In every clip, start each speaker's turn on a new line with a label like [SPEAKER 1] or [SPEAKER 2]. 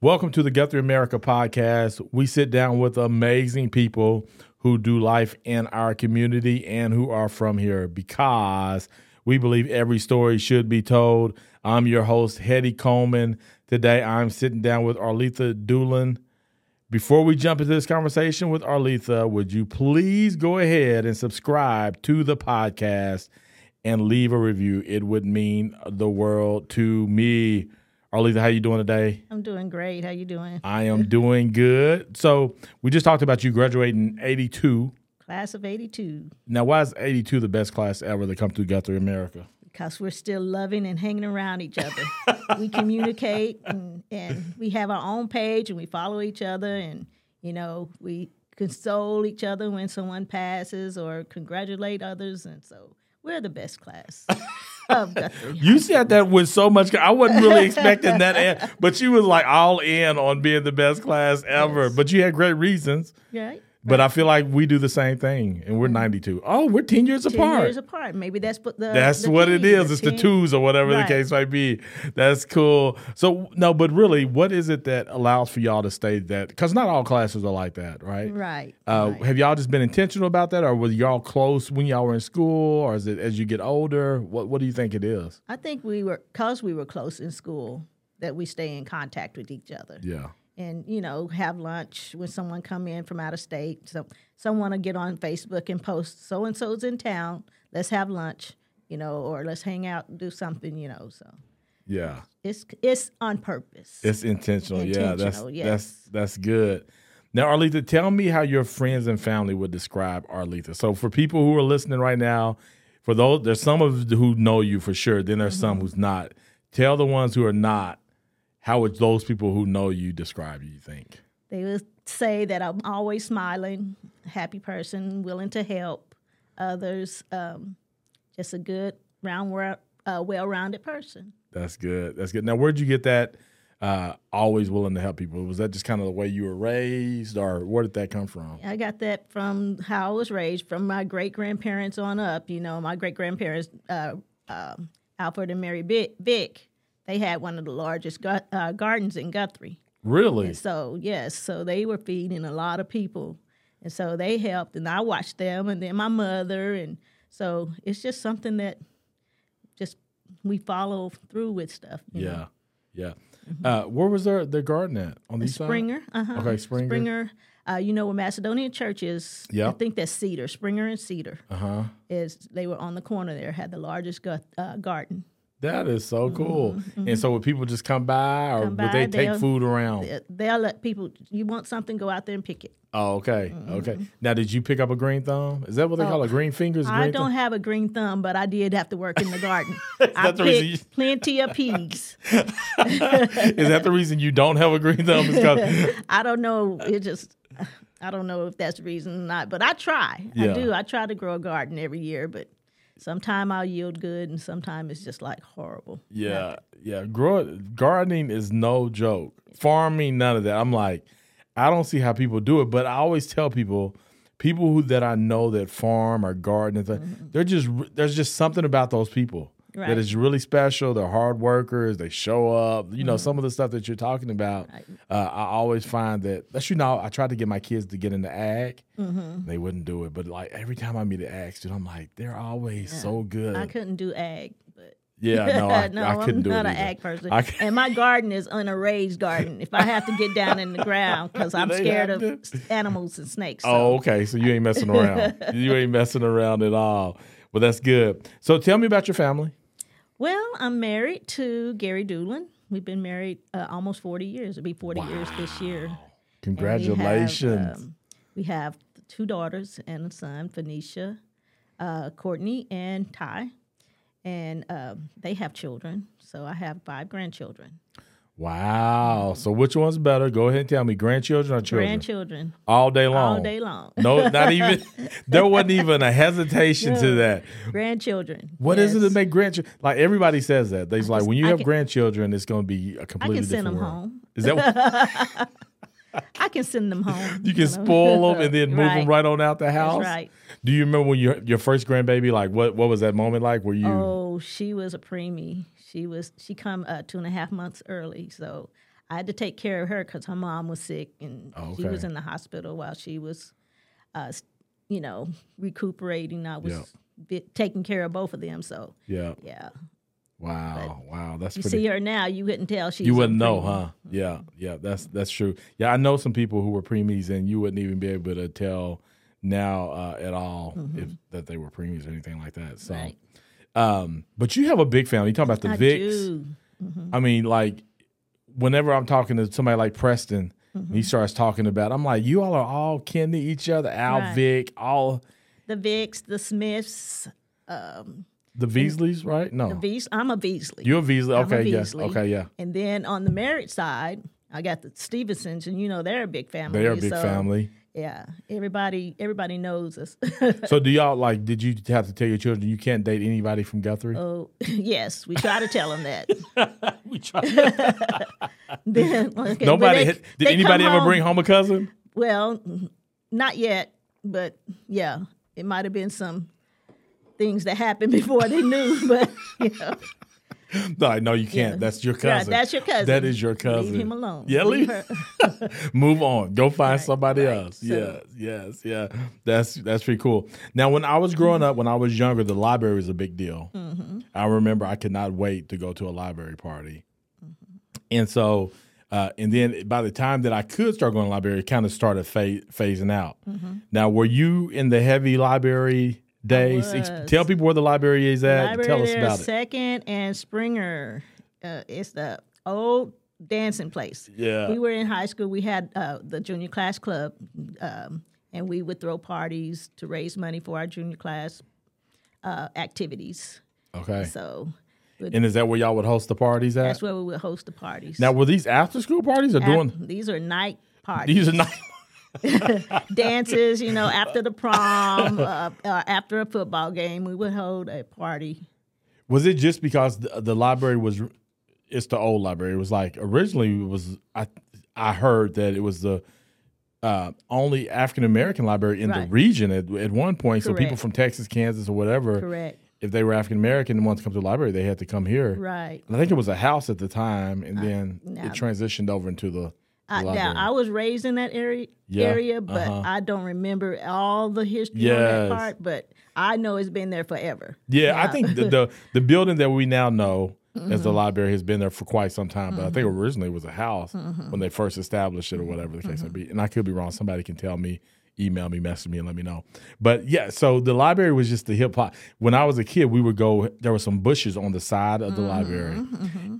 [SPEAKER 1] Welcome to the Guthrie America podcast. We sit down with amazing people who do life in our community and who are from here because we believe every story should be told. I'm your host, Hetty Coleman. Today I'm sitting down with Arletha Doolin. Before we jump into this conversation with Arletha, would you please go ahead and subscribe to the podcast and leave a review? It would mean the world to me. Arletha, how you doing today?
[SPEAKER 2] I'm doing great. How you doing?
[SPEAKER 1] I am doing good. So we just talked about you graduating '82.
[SPEAKER 2] Class of 82.
[SPEAKER 1] Now, why is '82 the best class ever that come through Guthrie America?
[SPEAKER 2] Because we're still loving and hanging around each other. we communicate and, and we have our own page and we follow each other and, you know, we console each other when someone passes or congratulate others. And so we're the best class of Guthrie.
[SPEAKER 1] You said that with so much. I wasn't really expecting that, an- but you was like all in on being the best class ever.
[SPEAKER 2] Yes.
[SPEAKER 1] But you had great reasons.
[SPEAKER 2] Right?
[SPEAKER 1] But I feel like we do the same thing, and we're 92. Oh, we're 10 years
[SPEAKER 2] 10
[SPEAKER 1] apart.
[SPEAKER 2] Mm-hmm. years apart. Maybe that's what the.
[SPEAKER 1] That's
[SPEAKER 2] the
[SPEAKER 1] what it
[SPEAKER 2] key,
[SPEAKER 1] is. It's the
[SPEAKER 2] 10
[SPEAKER 1] twos or whatever the
[SPEAKER 2] Right.
[SPEAKER 1] case might be. That's cool. So no, but really, what is it that allows for y'all to stay that? Because not all classes are like that, right?
[SPEAKER 2] Right.
[SPEAKER 1] Uh,
[SPEAKER 2] right.
[SPEAKER 1] Have y'all just been intentional about that, or were y'all close when y'all were in school, or is it as you get older? What What do you think it is?
[SPEAKER 2] I think we were, because we were close in school, that we stay in contact with each other.
[SPEAKER 1] Yeah,
[SPEAKER 2] and you know have lunch when someone come in from out of state so someone will get on facebook and post so and so's in town let's have lunch you know or let's hang out and do something you know so
[SPEAKER 1] yeah.
[SPEAKER 2] it's it's on purpose
[SPEAKER 1] It's intentional. yeah, that's
[SPEAKER 2] Intentional, yes.
[SPEAKER 1] that's that's good. Now, Arletha, tell me how your friends and family would describe Arletha. So, for people who are listening right now, for those there's some of who know you for sure. Then there's
[SPEAKER 2] Mm-hmm.
[SPEAKER 1] some who's not. Tell the ones who are not how would those people who know you describe you. You think?
[SPEAKER 2] they will say that i'm always smiling happy person willing to help others um, just a good round wor- uh, well-rounded person
[SPEAKER 1] That's good. That's good. Now, where'd you get that? Uh, always willing to help people. Was that just kind of the way you were raised, or where did that come from?
[SPEAKER 2] I got that from how I was raised, from my great grandparents on up. You know, my great grandparents, uh, um Alfred and Mary Vick, Vick, they had one of the largest gu- uh, gardens in Guthrie.
[SPEAKER 1] Really?
[SPEAKER 2] And so, yes, so they were feeding a lot of people. And so they helped, and I watched them, and then my mother. And so it's just something that just we follow through with stuff. you know.
[SPEAKER 1] Yeah, yeah.
[SPEAKER 2] Mm-hmm.
[SPEAKER 1] Uh, where was their their garden at? On the east side?
[SPEAKER 2] Springer. Uh-huh.
[SPEAKER 1] Okay, Springer.
[SPEAKER 2] Springer. Uh, you know where Macedonian Church is?
[SPEAKER 1] Yeah.
[SPEAKER 2] I think that's Cedar. Springer and Cedar
[SPEAKER 1] Uh huh.
[SPEAKER 2] is they were on the corner there, had the largest gut, uh, garden.
[SPEAKER 1] That is so cool. And so would people just come by or
[SPEAKER 2] Mm-hmm. Come
[SPEAKER 1] would
[SPEAKER 2] by,
[SPEAKER 1] they take
[SPEAKER 2] they'll-
[SPEAKER 1] food around?
[SPEAKER 2] Uh, They- They'll let people. You want something, go out there and pick it.
[SPEAKER 1] Oh, okay.
[SPEAKER 2] Mm-hmm.
[SPEAKER 1] Okay. Now did you pick up a green thumb? Is that what they call it? Green fingers? Green
[SPEAKER 2] Oh, I
[SPEAKER 1] thumb?
[SPEAKER 2] don't have a green thumb, but I did have to work in the garden. I
[SPEAKER 1] that the reason
[SPEAKER 2] picked plenty of peas.
[SPEAKER 1] is that the reason you don't have a green thumb? Is 'cause-
[SPEAKER 2] I don't know. It just. I don't know if that's the reason or not, but I try.
[SPEAKER 1] Yeah.
[SPEAKER 2] I do. I try to grow a garden every year, but sometime I'll yield good, and sometime it's just like horrible.
[SPEAKER 1] yeah. Yeah. Grow, gardening is no joke. Farming, none of that. I'm like, I don't see how people do it, but I always tell people people who that I know that farm or garden and th- they're just re- there's just something about those people that
[SPEAKER 2] Mm-hmm. Right.
[SPEAKER 1] is really special. They're hard workers. They show up. You
[SPEAKER 2] Mm-hmm.
[SPEAKER 1] know some of the stuff that you're talking about. Uh, I always find that that's you know I tried to get my kids to get into ag.
[SPEAKER 2] Mm-hmm.
[SPEAKER 1] They wouldn't do it, but like every time I meet an ag student, I'm like they're always so good.
[SPEAKER 2] I couldn't do ag, but
[SPEAKER 1] yeah, no, I,
[SPEAKER 2] no,
[SPEAKER 1] I couldn't
[SPEAKER 2] am
[SPEAKER 1] do
[SPEAKER 2] not
[SPEAKER 1] it.
[SPEAKER 2] an
[SPEAKER 1] either.
[SPEAKER 2] ag person.
[SPEAKER 1] I c-
[SPEAKER 2] and my garden is on a raised garden. If I have to get down in the ground because I'm
[SPEAKER 1] They
[SPEAKER 2] scared
[SPEAKER 1] have
[SPEAKER 2] of
[SPEAKER 1] to.
[SPEAKER 2] animals and snakes. So
[SPEAKER 1] Oh, okay. So you ain't messing around. you ain't messing around at all. Well, that's good. So tell me about your family.
[SPEAKER 2] Well, I'm married to Gary Doolin. We've been married uh, almost 40 years. It'll be 40 years this year. And we have,
[SPEAKER 1] Congratulations.
[SPEAKER 2] um, We have, two daughters and a son, Phoenicia, uh, Courtney, and Ty. And um, they have children. So I have five grandchildren.
[SPEAKER 1] wow. So which one's better? Go ahead and tell me. Grandchildren Oh. or children?
[SPEAKER 2] Grandchildren
[SPEAKER 1] all day long.
[SPEAKER 2] all day long.
[SPEAKER 1] no, not even. There wasn't even a hesitation to that.
[SPEAKER 2] grandchildren.
[SPEAKER 1] What is it
[SPEAKER 2] yes.
[SPEAKER 1] that make grandchildren? Like everybody says that. They's like, when you
[SPEAKER 2] I
[SPEAKER 1] have
[SPEAKER 2] can-
[SPEAKER 1] grandchildren, it's going to be a
[SPEAKER 2] I
[SPEAKER 1] completely
[SPEAKER 2] can send
[SPEAKER 1] different
[SPEAKER 2] them
[SPEAKER 1] world.
[SPEAKER 2] home.
[SPEAKER 1] Is that what-
[SPEAKER 2] I can send them home.
[SPEAKER 1] you can
[SPEAKER 2] know.
[SPEAKER 1] spoil them and then move them
[SPEAKER 2] Right.
[SPEAKER 1] right on out the
[SPEAKER 2] That's
[SPEAKER 1] house?
[SPEAKER 2] right.
[SPEAKER 1] Do you remember when your your first grandbaby? Like what what was that moment like? Were you
[SPEAKER 2] Oh, she was a preemie. She was she come uh, two and a half months early, so I had to take care of her because her mom was sick and
[SPEAKER 1] Oh,
[SPEAKER 2] she was
[SPEAKER 1] okay.
[SPEAKER 2] in the hospital while she was, uh, s- you know, recuperating. I was
[SPEAKER 1] Yeah.
[SPEAKER 2] vi- taking care of both of them. So
[SPEAKER 1] Yeah.
[SPEAKER 2] yeah,
[SPEAKER 1] Wow. Wow. That's
[SPEAKER 2] you
[SPEAKER 1] pretty.
[SPEAKER 2] see her now, you wouldn't tell she.
[SPEAKER 1] You wouldn't know, huh? Yeah, yeah, that's that's true. Yeah, I know some people who were preemies, and you wouldn't even be able to tell now uh, at all if that they were preemies or anything like that. So,
[SPEAKER 2] Mm-hmm. Right.
[SPEAKER 1] um, but you have a big family. You talking about the
[SPEAKER 2] I
[SPEAKER 1] Vicks?
[SPEAKER 2] do.
[SPEAKER 1] I mean, like, whenever I'm talking to somebody like Preston,
[SPEAKER 2] Mm-hmm.
[SPEAKER 1] he starts talking about, I'm like, you all are all kin to each other. Al
[SPEAKER 2] Right.
[SPEAKER 1] Vic, all
[SPEAKER 2] The Vicks, the Smiths, um,
[SPEAKER 1] the Beasleys, right? No,
[SPEAKER 2] the Veas- I'm a Beasley.
[SPEAKER 1] you're a Beasley.
[SPEAKER 2] I'm a
[SPEAKER 1] Okay, yes,
[SPEAKER 2] Beasley.
[SPEAKER 1] okay, yeah.
[SPEAKER 2] And then on the married side, I got the Stevensons, and you know they're a big family.
[SPEAKER 1] They are a big
[SPEAKER 2] so,
[SPEAKER 1] family.
[SPEAKER 2] Yeah, everybody everybody knows us.
[SPEAKER 1] So, do y'all like? Did you have to tell your children you can't date anybody from Guthrie?
[SPEAKER 2] so yes, we try to tell them that.
[SPEAKER 1] we tried.
[SPEAKER 2] Then-
[SPEAKER 1] Nobody.
[SPEAKER 2] okay, but they-
[SPEAKER 1] hit,
[SPEAKER 2] they
[SPEAKER 1] did anybody
[SPEAKER 2] come
[SPEAKER 1] ever
[SPEAKER 2] home-
[SPEAKER 1] bring home a cousin?
[SPEAKER 2] Well, n- not yet, but yeah, it might have been some things that happened before they knew. But you know,
[SPEAKER 1] No, no, you can't. That's your
[SPEAKER 2] yeah,
[SPEAKER 1] cousin.
[SPEAKER 2] that's your cousin.
[SPEAKER 1] That is your cousin.
[SPEAKER 2] Leave him alone.
[SPEAKER 1] Yeah, leave.
[SPEAKER 2] her-
[SPEAKER 1] Move on. Go find somebody
[SPEAKER 2] right.
[SPEAKER 1] else.
[SPEAKER 2] So-
[SPEAKER 1] yes, yes, yeah. That's that's pretty cool. Now, when I was growing up, when I was younger, the library was a big deal.
[SPEAKER 2] Mm-hmm.
[SPEAKER 1] I remember I could not wait to go to a library party,
[SPEAKER 2] Mm-hmm.
[SPEAKER 1] and so. Uh, and then by the time that I could start going to library, it kind of started fa- phasing out.
[SPEAKER 2] Mm-hmm.
[SPEAKER 1] Now, were you in the heavy library days? Ex-
[SPEAKER 2] was.
[SPEAKER 1] tell people where the library is at. and
[SPEAKER 2] Library
[SPEAKER 1] tell us
[SPEAKER 2] there,
[SPEAKER 1] about it.
[SPEAKER 2] Second and Springer. Uh, it's the old dancing place.
[SPEAKER 1] Yeah.
[SPEAKER 2] We were in high school. We had uh, the junior class club, um, and we would throw parties to raise money for our junior class uh, activities.
[SPEAKER 1] Okay.
[SPEAKER 2] So
[SPEAKER 1] And is that where y'all would host the parties at?
[SPEAKER 2] that's where we would host the parties.
[SPEAKER 1] now, were these after school parties or
[SPEAKER 2] Af-
[SPEAKER 1] doing?
[SPEAKER 2] these are night parties,
[SPEAKER 1] These are not.
[SPEAKER 2] dances. You know, after the prom, uh, uh, after a football game, we would hold a party.
[SPEAKER 1] Was it just because the, the library was? It's the old library. It was like originally it was. I I heard that it was the uh, only African American library in the
[SPEAKER 2] Right.
[SPEAKER 1] region at, at one point. So people
[SPEAKER 2] Correct.
[SPEAKER 1] from Texas, Kansas, or whatever,
[SPEAKER 2] Correct.
[SPEAKER 1] if they were African American and wanted to come to the library, they had to come here.
[SPEAKER 2] Right. Uh,
[SPEAKER 1] And I think it was a house at the time, and then
[SPEAKER 2] now-
[SPEAKER 1] it transitioned over into the.
[SPEAKER 2] I, now
[SPEAKER 1] library.
[SPEAKER 2] I was raised in that area,
[SPEAKER 1] Yeah,
[SPEAKER 2] area, but
[SPEAKER 1] uh-huh.
[SPEAKER 2] I don't remember all the history on
[SPEAKER 1] Yes.
[SPEAKER 2] that part. But I know it's been there forever.
[SPEAKER 1] Yeah, I
[SPEAKER 2] Yeah. Mm-hmm.
[SPEAKER 1] think the, the the building that we now know as the library has been there for quite some time, but I think originally it was a house
[SPEAKER 2] Mm-hmm.
[SPEAKER 1] when they first established it or whatever the case may be. And I could be wrong. Somebody can tell me, email me, message me, and let me know. But yeah, so the library was just the hip hop. When I was a kid, we would go. There were some bushes on the side of the
[SPEAKER 2] Mm-hmm.
[SPEAKER 1] library,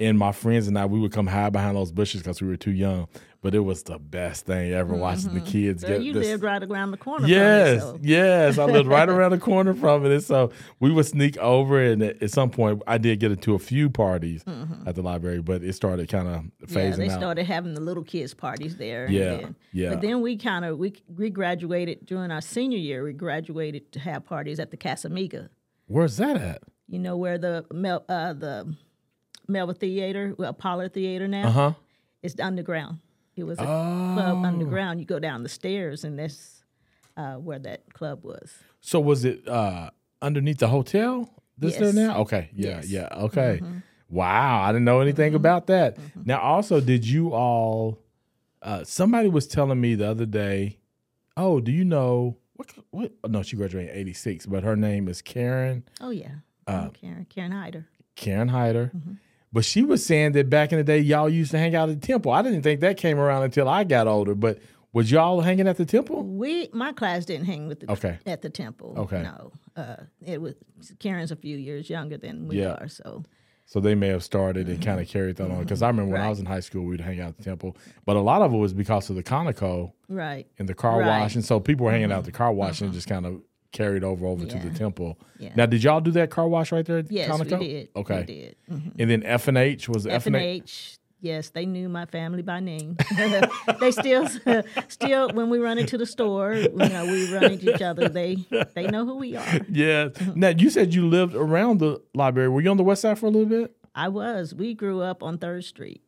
[SPEAKER 1] and my friends and I we would come hide behind those bushes because we were too young. But it was the best thing ever watching the kids
[SPEAKER 2] Mm-hmm. Girl,
[SPEAKER 1] get
[SPEAKER 2] Uh, you
[SPEAKER 1] this-
[SPEAKER 2] lived right around the corner.
[SPEAKER 1] Yes,
[SPEAKER 2] from me, so.
[SPEAKER 1] yes, I lived right around the corner from it, and so we would sneak over. And at at some point, I did get into a few parties at the library, but it started kind of
[SPEAKER 2] Mm-hmm. yeah,
[SPEAKER 1] phasing
[SPEAKER 2] they
[SPEAKER 1] out.
[SPEAKER 2] started having the little kids parties there. and
[SPEAKER 1] Yeah,
[SPEAKER 2] then-
[SPEAKER 1] yeah.
[SPEAKER 2] But then we kind of we we graduated during our senior year. We graduated to have parties at the Casamiga.
[SPEAKER 1] Where's that at?
[SPEAKER 2] You know where the Mel, uh, the Melba Theater, well Pollard Theater now.
[SPEAKER 1] Uh huh.
[SPEAKER 2] It's underground. It was a
[SPEAKER 1] Oh.
[SPEAKER 2] club underground. You go down the stairs, and that's uh, where that club was.
[SPEAKER 1] So was it uh, underneath the hotel? This there
[SPEAKER 2] Yes.
[SPEAKER 1] now? Okay. Yeah.
[SPEAKER 2] Yes. Mm-hmm.
[SPEAKER 1] Yeah. Okay. Wow. I didn't know anything about that. Now, also, did you all? Uh, somebody was telling me the other day. Oh, do you know what? What? oh, No, she graduated in '86, but her name is Karen.
[SPEAKER 2] Oh yeah,
[SPEAKER 1] Uh,
[SPEAKER 2] Oh, Karen Karen Hyder.
[SPEAKER 1] Karen Hyder.
[SPEAKER 2] Mm-hmm.
[SPEAKER 1] But she was saying that back in the day, y'all used to hang out at the temple. I didn't think that came around until I got older. But was y'all hanging at the temple?
[SPEAKER 2] We my class didn't hang with the
[SPEAKER 1] Okay.
[SPEAKER 2] at the temple.
[SPEAKER 1] Okay.
[SPEAKER 2] no, uh, it was Karen's a few years younger than we
[SPEAKER 1] Yeah.
[SPEAKER 2] are, so
[SPEAKER 1] So they may have started and kind of carried that on. Because I remember when I
[SPEAKER 2] Right.
[SPEAKER 1] was in high school, we'd hang out at the temple. But a lot of it was because of the Conoco
[SPEAKER 2] right,
[SPEAKER 1] and the car
[SPEAKER 2] Right. Mm-hmm. Uh-huh.
[SPEAKER 1] wash. And so people were hanging out at the car wash and it just kind of carried over over to
[SPEAKER 2] Yeah.
[SPEAKER 1] the temple.
[SPEAKER 2] Yeah.
[SPEAKER 1] Now, did y'all do that car wash right there at
[SPEAKER 2] yes,
[SPEAKER 1] Conoco?
[SPEAKER 2] we did.
[SPEAKER 1] Okay.
[SPEAKER 2] we did. Mhm.
[SPEAKER 1] And then F and H was
[SPEAKER 2] F and H. Yes, they knew my family by name. they still, still, when we run into the store, you know, we run into each other. They, they know who we are.
[SPEAKER 1] Yeah.
[SPEAKER 2] Mm-hmm.
[SPEAKER 1] Now you said you lived around the library. Were you on the west side for a little bit?
[SPEAKER 2] I was. We grew up on Third Street.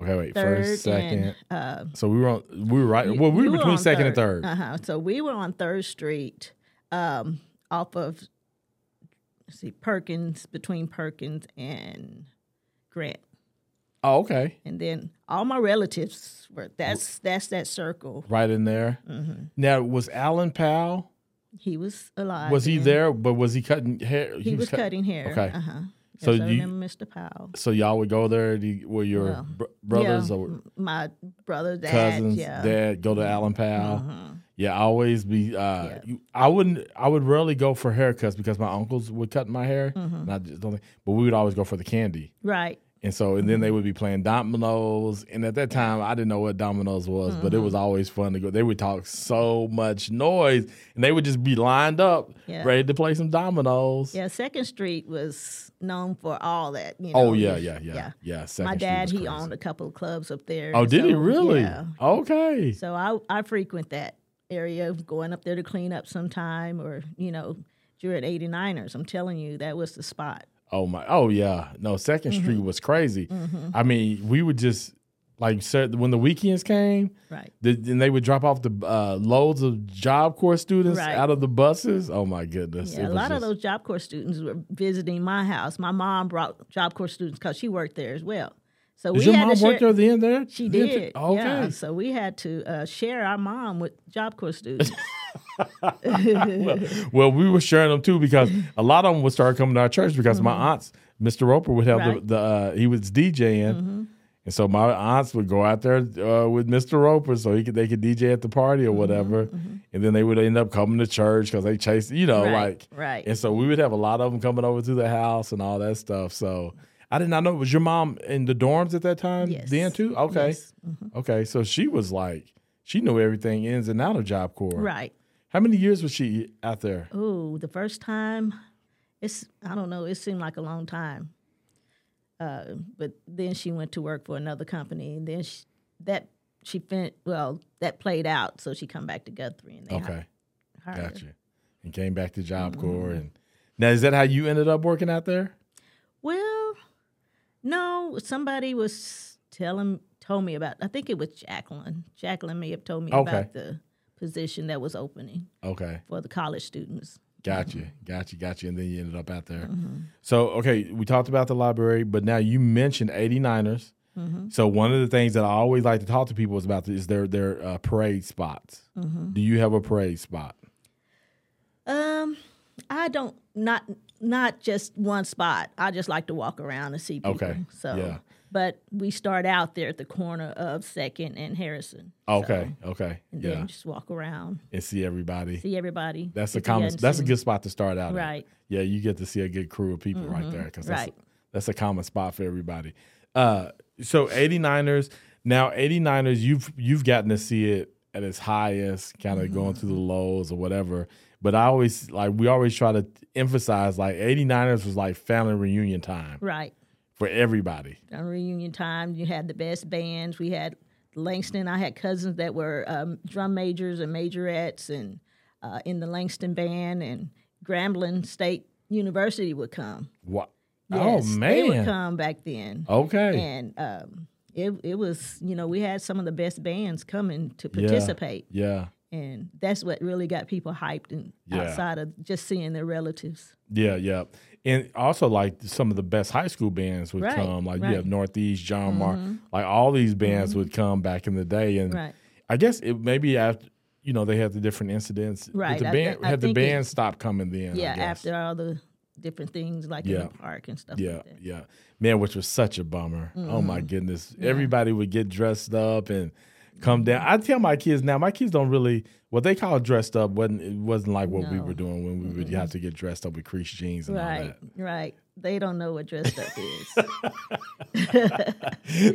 [SPEAKER 1] Okay, wait.
[SPEAKER 2] Third
[SPEAKER 1] first, second.
[SPEAKER 2] and uh,
[SPEAKER 1] So we were on, we were right. Well, we were between second and third.
[SPEAKER 2] Uh huh. So we were on Third Street, um, off of let's see Perkins between Perkins and Grant.
[SPEAKER 1] Oh, okay.
[SPEAKER 2] and then all my relatives were that's that's that circle.
[SPEAKER 1] Right in there.
[SPEAKER 2] Mm-hmm.
[SPEAKER 1] Now, was Alan Powell?
[SPEAKER 2] He was alive.
[SPEAKER 1] Was he
[SPEAKER 2] then.
[SPEAKER 1] there? But was he cutting hair?
[SPEAKER 2] He, was
[SPEAKER 1] cut-
[SPEAKER 2] cutting hair.
[SPEAKER 1] Okay.
[SPEAKER 2] Uh huh.
[SPEAKER 1] So
[SPEAKER 2] So I
[SPEAKER 1] you-
[SPEAKER 2] remember Mr. Powell.
[SPEAKER 1] So y'all would go there. Do you- Were your
[SPEAKER 2] Well,
[SPEAKER 1] br- brothers
[SPEAKER 2] yeah,
[SPEAKER 1] or
[SPEAKER 2] m- my brother, dad,
[SPEAKER 1] cousins,
[SPEAKER 2] yeah.
[SPEAKER 1] dad go to Allen Powell.
[SPEAKER 2] Mhm.
[SPEAKER 1] Yeah, I always be. Uh, you, I wouldn't. I would rarely go for haircuts because my uncles would cut my hair,
[SPEAKER 2] Mm-hmm.
[SPEAKER 1] and I just don't. Think, but we would always go for the candy,
[SPEAKER 2] Right.
[SPEAKER 1] and so and then
[SPEAKER 2] Mm-hmm.
[SPEAKER 1] they would be playing dominoes. And at that time, I didn't know what dominoes was, but it was
[SPEAKER 2] Mm-hmm.
[SPEAKER 1] always fun to go. They would talk so much noise, and they would just be lined up,
[SPEAKER 2] Yeah.
[SPEAKER 1] ready to play some dominoes.
[SPEAKER 2] Yeah. Second Street was known for all that. You know,
[SPEAKER 1] Oh yeah,
[SPEAKER 2] was-
[SPEAKER 1] yeah, yeah, yeah. Second
[SPEAKER 2] My
[SPEAKER 1] Street
[SPEAKER 2] dad,
[SPEAKER 1] was
[SPEAKER 2] he
[SPEAKER 1] crazy.
[SPEAKER 2] owned a couple of clubs up there.
[SPEAKER 1] Oh,
[SPEAKER 2] and
[SPEAKER 1] did he
[SPEAKER 2] so,
[SPEAKER 1] really?
[SPEAKER 2] Yeah.
[SPEAKER 1] Okay.
[SPEAKER 2] So I I frequent that area, going up there to clean up sometime, or you know, during 89ers. I'm telling you, that was the spot.
[SPEAKER 1] Oh my! Oh yeah! No, 2nd Street
[SPEAKER 2] Mm-hmm.
[SPEAKER 1] was crazy. I mean, we would just like cer- when the weekends came,
[SPEAKER 2] Right.
[SPEAKER 1] the, and they would drop off the uh, loads of Job Corps students
[SPEAKER 2] Right.
[SPEAKER 1] out of the buses. Oh my goodness!
[SPEAKER 2] Yeah,
[SPEAKER 1] It
[SPEAKER 2] a
[SPEAKER 1] was
[SPEAKER 2] lot of
[SPEAKER 1] just-
[SPEAKER 2] those Job Corps students were visiting my house. My mom brought Job Corps students because she worked there as well. So
[SPEAKER 1] Did
[SPEAKER 2] we
[SPEAKER 1] your
[SPEAKER 2] had
[SPEAKER 1] mom
[SPEAKER 2] to
[SPEAKER 1] work there
[SPEAKER 2] share,
[SPEAKER 1] the end there?
[SPEAKER 2] She
[SPEAKER 1] The
[SPEAKER 2] did.
[SPEAKER 1] inter- Okay.
[SPEAKER 2] Yeah. So we had to uh, share our mom with Job Corps students.
[SPEAKER 1] Well, we were sharing them too because a lot of them would start coming to our church because my aunts, Mr. Roper would have
[SPEAKER 2] Mm-hmm. Right. Mm-hmm.
[SPEAKER 1] the, the uh, he was DJing. And so my aunts would go out there uh, with Mr. Roper so he could they could DJ at the party
[SPEAKER 2] Mm-hmm.
[SPEAKER 1] or whatever. And then they would end up coming to church because they chased, you know,
[SPEAKER 2] Right,
[SPEAKER 1] like.
[SPEAKER 2] right.
[SPEAKER 1] And so we would have a lot of them coming over to the house and all that stuff. So I did not know. Was your mom in the dorms at that time
[SPEAKER 2] Yes.
[SPEAKER 1] then too? Okay.
[SPEAKER 2] Yes. Mm-hmm.
[SPEAKER 1] Okay. So she was like, she knew everything ins and out of Job Corps.
[SPEAKER 2] right.
[SPEAKER 1] How many years was she out there?
[SPEAKER 2] Oh, the first time, it's I don't know. It seemed like a long time. Uh, but then she went to work for another company, and then she, that she fin- well that played out, so she come back to Guthrie, and they hi-
[SPEAKER 1] Okay,
[SPEAKER 2] hired her.
[SPEAKER 1] gotcha. And came back to
[SPEAKER 2] Mm-hmm.
[SPEAKER 1] Job Corps, and now is that how you ended up working out there?
[SPEAKER 2] Well, no, somebody was telling told me about. I think it was Jacqueline. Jacqueline may have told me
[SPEAKER 1] Okay.
[SPEAKER 2] about the position that was opening
[SPEAKER 1] Okay,
[SPEAKER 2] for the college students.
[SPEAKER 1] gotcha,
[SPEAKER 2] Mm-hmm.
[SPEAKER 1] gotcha, gotcha. And then you ended up out there. So okay, we talked about the library, but now you mentioned 89ers.
[SPEAKER 2] Mm-hmm.
[SPEAKER 1] So one of the things that I always like to talk to people is about is their their uh, parade spots.
[SPEAKER 2] Mm-hmm.
[SPEAKER 1] Do you have a parade spot?
[SPEAKER 2] Um, I don't not not just one spot. I just like to walk around and see people.
[SPEAKER 1] Okay,
[SPEAKER 2] So,
[SPEAKER 1] yeah.
[SPEAKER 2] but we start out there at the corner of Second and Harrison. So,
[SPEAKER 1] Okay, okay,
[SPEAKER 2] and
[SPEAKER 1] Oh, yeah,
[SPEAKER 2] then just walk around,
[SPEAKER 1] and see everybody.
[SPEAKER 2] see everybody.
[SPEAKER 1] That's
[SPEAKER 2] if
[SPEAKER 1] a
[SPEAKER 2] you
[SPEAKER 1] common.
[SPEAKER 2] hadn't
[SPEAKER 1] That's a
[SPEAKER 2] seen.
[SPEAKER 1] good spot to start out. at.
[SPEAKER 2] Right. Mm-hmm.
[SPEAKER 1] Yeah, you get to see a good crew of people right there because that's
[SPEAKER 2] Right.
[SPEAKER 1] that's a common spot for everybody. Uh, so 89ers now 89ers you've you've gotten to see it at its highest, kind of going through the
[SPEAKER 2] Mm-hmm.
[SPEAKER 1] lows or whatever. But I always like we always try to emphasize like 89ers was like family reunion time
[SPEAKER 2] Right.
[SPEAKER 1] for everybody.
[SPEAKER 2] on reunion time. You had the best bands. We had Langston. I had cousins that were um, drum majors and majorettes, and uh, in the Langston band. And Grambling State University would come.
[SPEAKER 1] What?
[SPEAKER 2] Yes,
[SPEAKER 1] oh
[SPEAKER 2] they would
[SPEAKER 1] man.
[SPEAKER 2] come back then.
[SPEAKER 1] Okay.
[SPEAKER 2] And um, it it was you know we had some of the best bands coming to
[SPEAKER 1] Yeah.
[SPEAKER 2] participate,
[SPEAKER 1] Yeah.
[SPEAKER 2] and that's what really got people hyped and
[SPEAKER 1] Yeah.
[SPEAKER 2] outside of just seeing their relatives.
[SPEAKER 1] Yeah, yeah. And also like some of the best high school bands would
[SPEAKER 2] Right,
[SPEAKER 1] come. Like you
[SPEAKER 2] right. Mm-hmm.
[SPEAKER 1] have Northeast, John Mark, like all these bands would come back in the day. And
[SPEAKER 2] Right.
[SPEAKER 1] I guess it maybe after you know, they had the different incidents. Did
[SPEAKER 2] Right,
[SPEAKER 1] The
[SPEAKER 2] I
[SPEAKER 1] band
[SPEAKER 2] thi- I
[SPEAKER 1] had the
[SPEAKER 2] think it-
[SPEAKER 1] band stop coming then. I
[SPEAKER 2] Yeah,
[SPEAKER 1] guess.
[SPEAKER 2] after all the different things like in
[SPEAKER 1] Yeah.
[SPEAKER 2] the park and stuff.
[SPEAKER 1] Yeah,
[SPEAKER 2] like that.
[SPEAKER 1] yeah. Man, which was such a bummer. Oh my
[SPEAKER 2] Mm-hmm.
[SPEAKER 1] goodness. Everybody would get dressed up and come down. I tell my kids now, my kids don't really what they call dressed up wasn't it wasn't like what we
[SPEAKER 2] No.
[SPEAKER 1] were doing when we would have to get dressed up with creased jeans and all
[SPEAKER 2] Right,
[SPEAKER 1] that.
[SPEAKER 2] right. They don't know what dressed up is.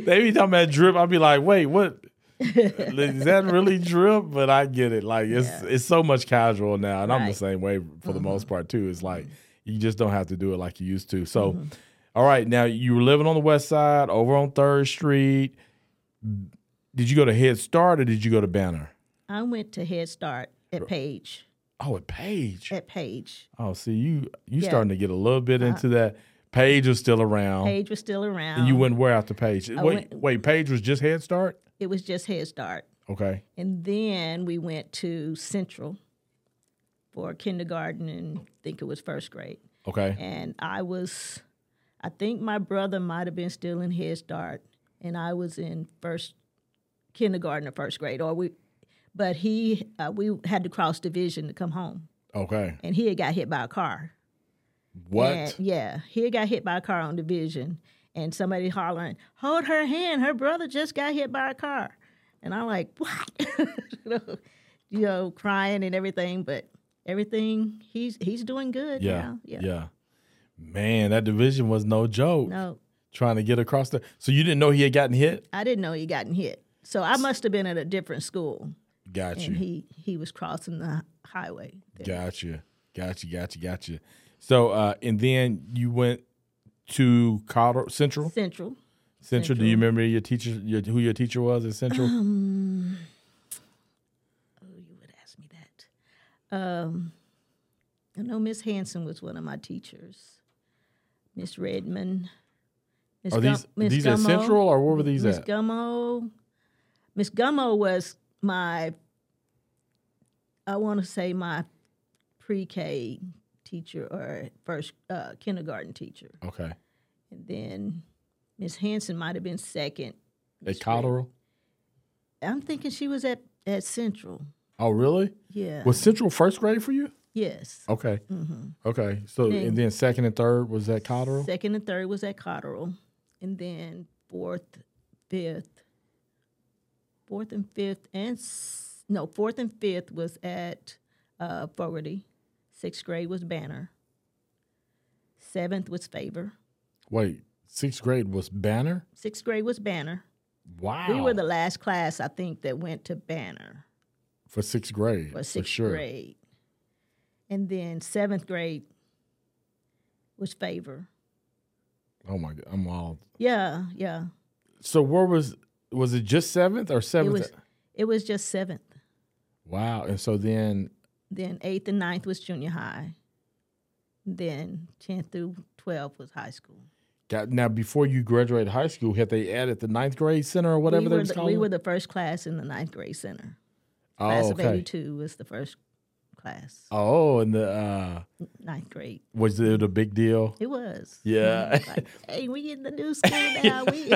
[SPEAKER 1] they be talking about drip. I'll be like, wait, what? Is that really drip? But I get it. Like it's
[SPEAKER 2] Yeah.
[SPEAKER 1] it's so much casual now, and I'm the
[SPEAKER 2] Right. Mm-hmm.
[SPEAKER 1] same way for the most part too. It's like you just don't have to do it like you used to. So,
[SPEAKER 2] Mm-hmm.
[SPEAKER 1] all right, now you were living on the west side, over on Third Street. Did you go to Head Start or did you go to Banner?
[SPEAKER 2] I went to Head Start at Page.
[SPEAKER 1] Oh, at Page.
[SPEAKER 2] At Page.
[SPEAKER 1] Oh, see you you
[SPEAKER 2] Yeah. Uh,
[SPEAKER 1] starting to get a little bit into that. Page was still around.
[SPEAKER 2] Page was still around.
[SPEAKER 1] Oh. And you went where after Page? Wait,
[SPEAKER 2] went-
[SPEAKER 1] wait, Page was just Head Start.
[SPEAKER 2] It was just Head Start.
[SPEAKER 1] Okay.
[SPEAKER 2] And then we went to Central for kindergarten and I think it was first grade.
[SPEAKER 1] Okay.
[SPEAKER 2] And I was, I think my brother might have been still in Head Start. and I was in first kindergarten or first grade, or we. But he, uh, we had to cross division to come home,
[SPEAKER 1] Okay.
[SPEAKER 2] and he had got hit by a car.
[SPEAKER 1] What?
[SPEAKER 2] And, yeah, he had got hit by a car on division, and somebody hollering, "Hold her hand! Her brother just got hit by a car," and I'm like, "What?" you, know, you know, crying and everything, but everything he's he's doing good
[SPEAKER 1] yeah,
[SPEAKER 2] now.
[SPEAKER 1] yeah. Man, that division was no joke.
[SPEAKER 2] No,
[SPEAKER 1] Trying to get across the. So you didn't know he had gotten hit?
[SPEAKER 2] I didn't know he gotten hit, so I must have been at a different school,
[SPEAKER 1] Got you.
[SPEAKER 2] and he he was crossing the highway. there.
[SPEAKER 1] Gotcha. Gotcha. Gotcha. Gotcha. So, uh, and then you went to Colorado Central.
[SPEAKER 2] Central.
[SPEAKER 1] Central. Do you remember your teacher? Your, who your teacher was at Central?
[SPEAKER 2] Um, oh, you would ask me that. Um, I know Miss Hanson was one of my teachers. Miss Redmond. Miss
[SPEAKER 1] Are
[SPEAKER 2] Gum-
[SPEAKER 1] these
[SPEAKER 2] Miss
[SPEAKER 1] these at
[SPEAKER 2] Gummo.
[SPEAKER 1] Central or where were these
[SPEAKER 2] Miss
[SPEAKER 1] at?
[SPEAKER 2] Gummo. Miss Gummo was my, I want to say my pre-K teacher or first uh, kindergarten teacher,
[SPEAKER 1] okay,
[SPEAKER 2] and then Miss Hanson might have been second.
[SPEAKER 1] at Colorado.
[SPEAKER 2] I'm thinking she was at at Central.
[SPEAKER 1] Oh, really?
[SPEAKER 2] Yeah.
[SPEAKER 1] Was Central first grade for you?
[SPEAKER 2] yes.
[SPEAKER 1] Okay.
[SPEAKER 2] hmm
[SPEAKER 1] Okay. So,
[SPEAKER 2] Then-
[SPEAKER 1] and then second and third was at Colorado.
[SPEAKER 2] Second and third was at Cotterill, and then fourth, fifth, fourth and fifth, and s- no, fourth and fifth was at uh, Fogarty. Sixth grade was Banner. Seventh was Favor.
[SPEAKER 1] Wait, sixth grade was Banner.
[SPEAKER 2] Sixth grade was Banner.
[SPEAKER 1] Wow.
[SPEAKER 2] We were the last class I think that went to Banner
[SPEAKER 1] for sixth grade
[SPEAKER 2] for
[SPEAKER 1] for
[SPEAKER 2] sixth
[SPEAKER 1] sure.
[SPEAKER 2] grade, and then seventh grade was Favor.
[SPEAKER 1] Oh my god, I'm all.
[SPEAKER 2] Yeah, yeah.
[SPEAKER 1] So where was was it? Just seventh or
[SPEAKER 2] It
[SPEAKER 1] seventh?
[SPEAKER 2] was it was just seventh.
[SPEAKER 1] Wow. And so then,
[SPEAKER 2] Then eighth and ninth was junior high. Then tenth through twelve was high school.
[SPEAKER 1] got, now before you graduated high school, had they added the ninth grade center or whatever
[SPEAKER 2] we
[SPEAKER 1] they
[SPEAKER 2] were
[SPEAKER 1] was
[SPEAKER 2] the,
[SPEAKER 1] called?
[SPEAKER 2] we were the first class in the ninth grade center. Class
[SPEAKER 1] oh,
[SPEAKER 2] of eighty
[SPEAKER 1] okay.
[SPEAKER 2] two was the first class.
[SPEAKER 1] Oh, and the uh,
[SPEAKER 2] Ninth grade.
[SPEAKER 1] was it a big deal?
[SPEAKER 2] It was.
[SPEAKER 1] Yeah.
[SPEAKER 2] Like, hey, we in the new school now. We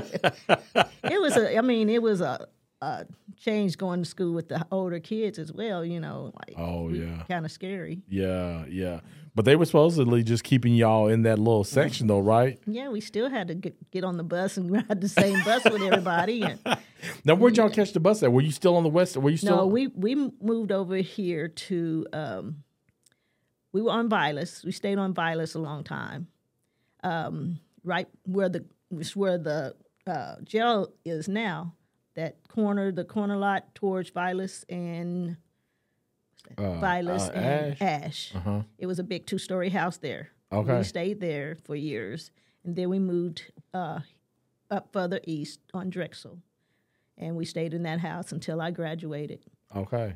[SPEAKER 2] it was a I mean, it was a, a change going to school with the older kids as well, you know, like
[SPEAKER 1] Oh yeah,
[SPEAKER 2] kind of scary.
[SPEAKER 1] yeah, yeah. But they were supposedly just keeping y'all in that little
[SPEAKER 2] Mm-hmm.
[SPEAKER 1] section though, right?
[SPEAKER 2] Yeah, we still had to get, get on the bus and ride the same bus with everybody and
[SPEAKER 1] Now where'd y'all catch the bus at? Were you still on the west? Were you still?
[SPEAKER 2] no, we we moved over here to. Um, we were on Vilas. We stayed on Vilas a long time. Um, right where the which where the uh, jail is now. That corner, the corner lot towards Vilas and
[SPEAKER 1] uh,
[SPEAKER 2] Vilas
[SPEAKER 1] uh,
[SPEAKER 2] and
[SPEAKER 1] Ash?
[SPEAKER 2] Ash.
[SPEAKER 1] Uh-huh.
[SPEAKER 2] It was a big two story house there.
[SPEAKER 1] Okay.
[SPEAKER 2] We stayed there for years. And then we moved uh, up further east on Drexel. And we stayed in that house until I graduated.
[SPEAKER 1] Okay,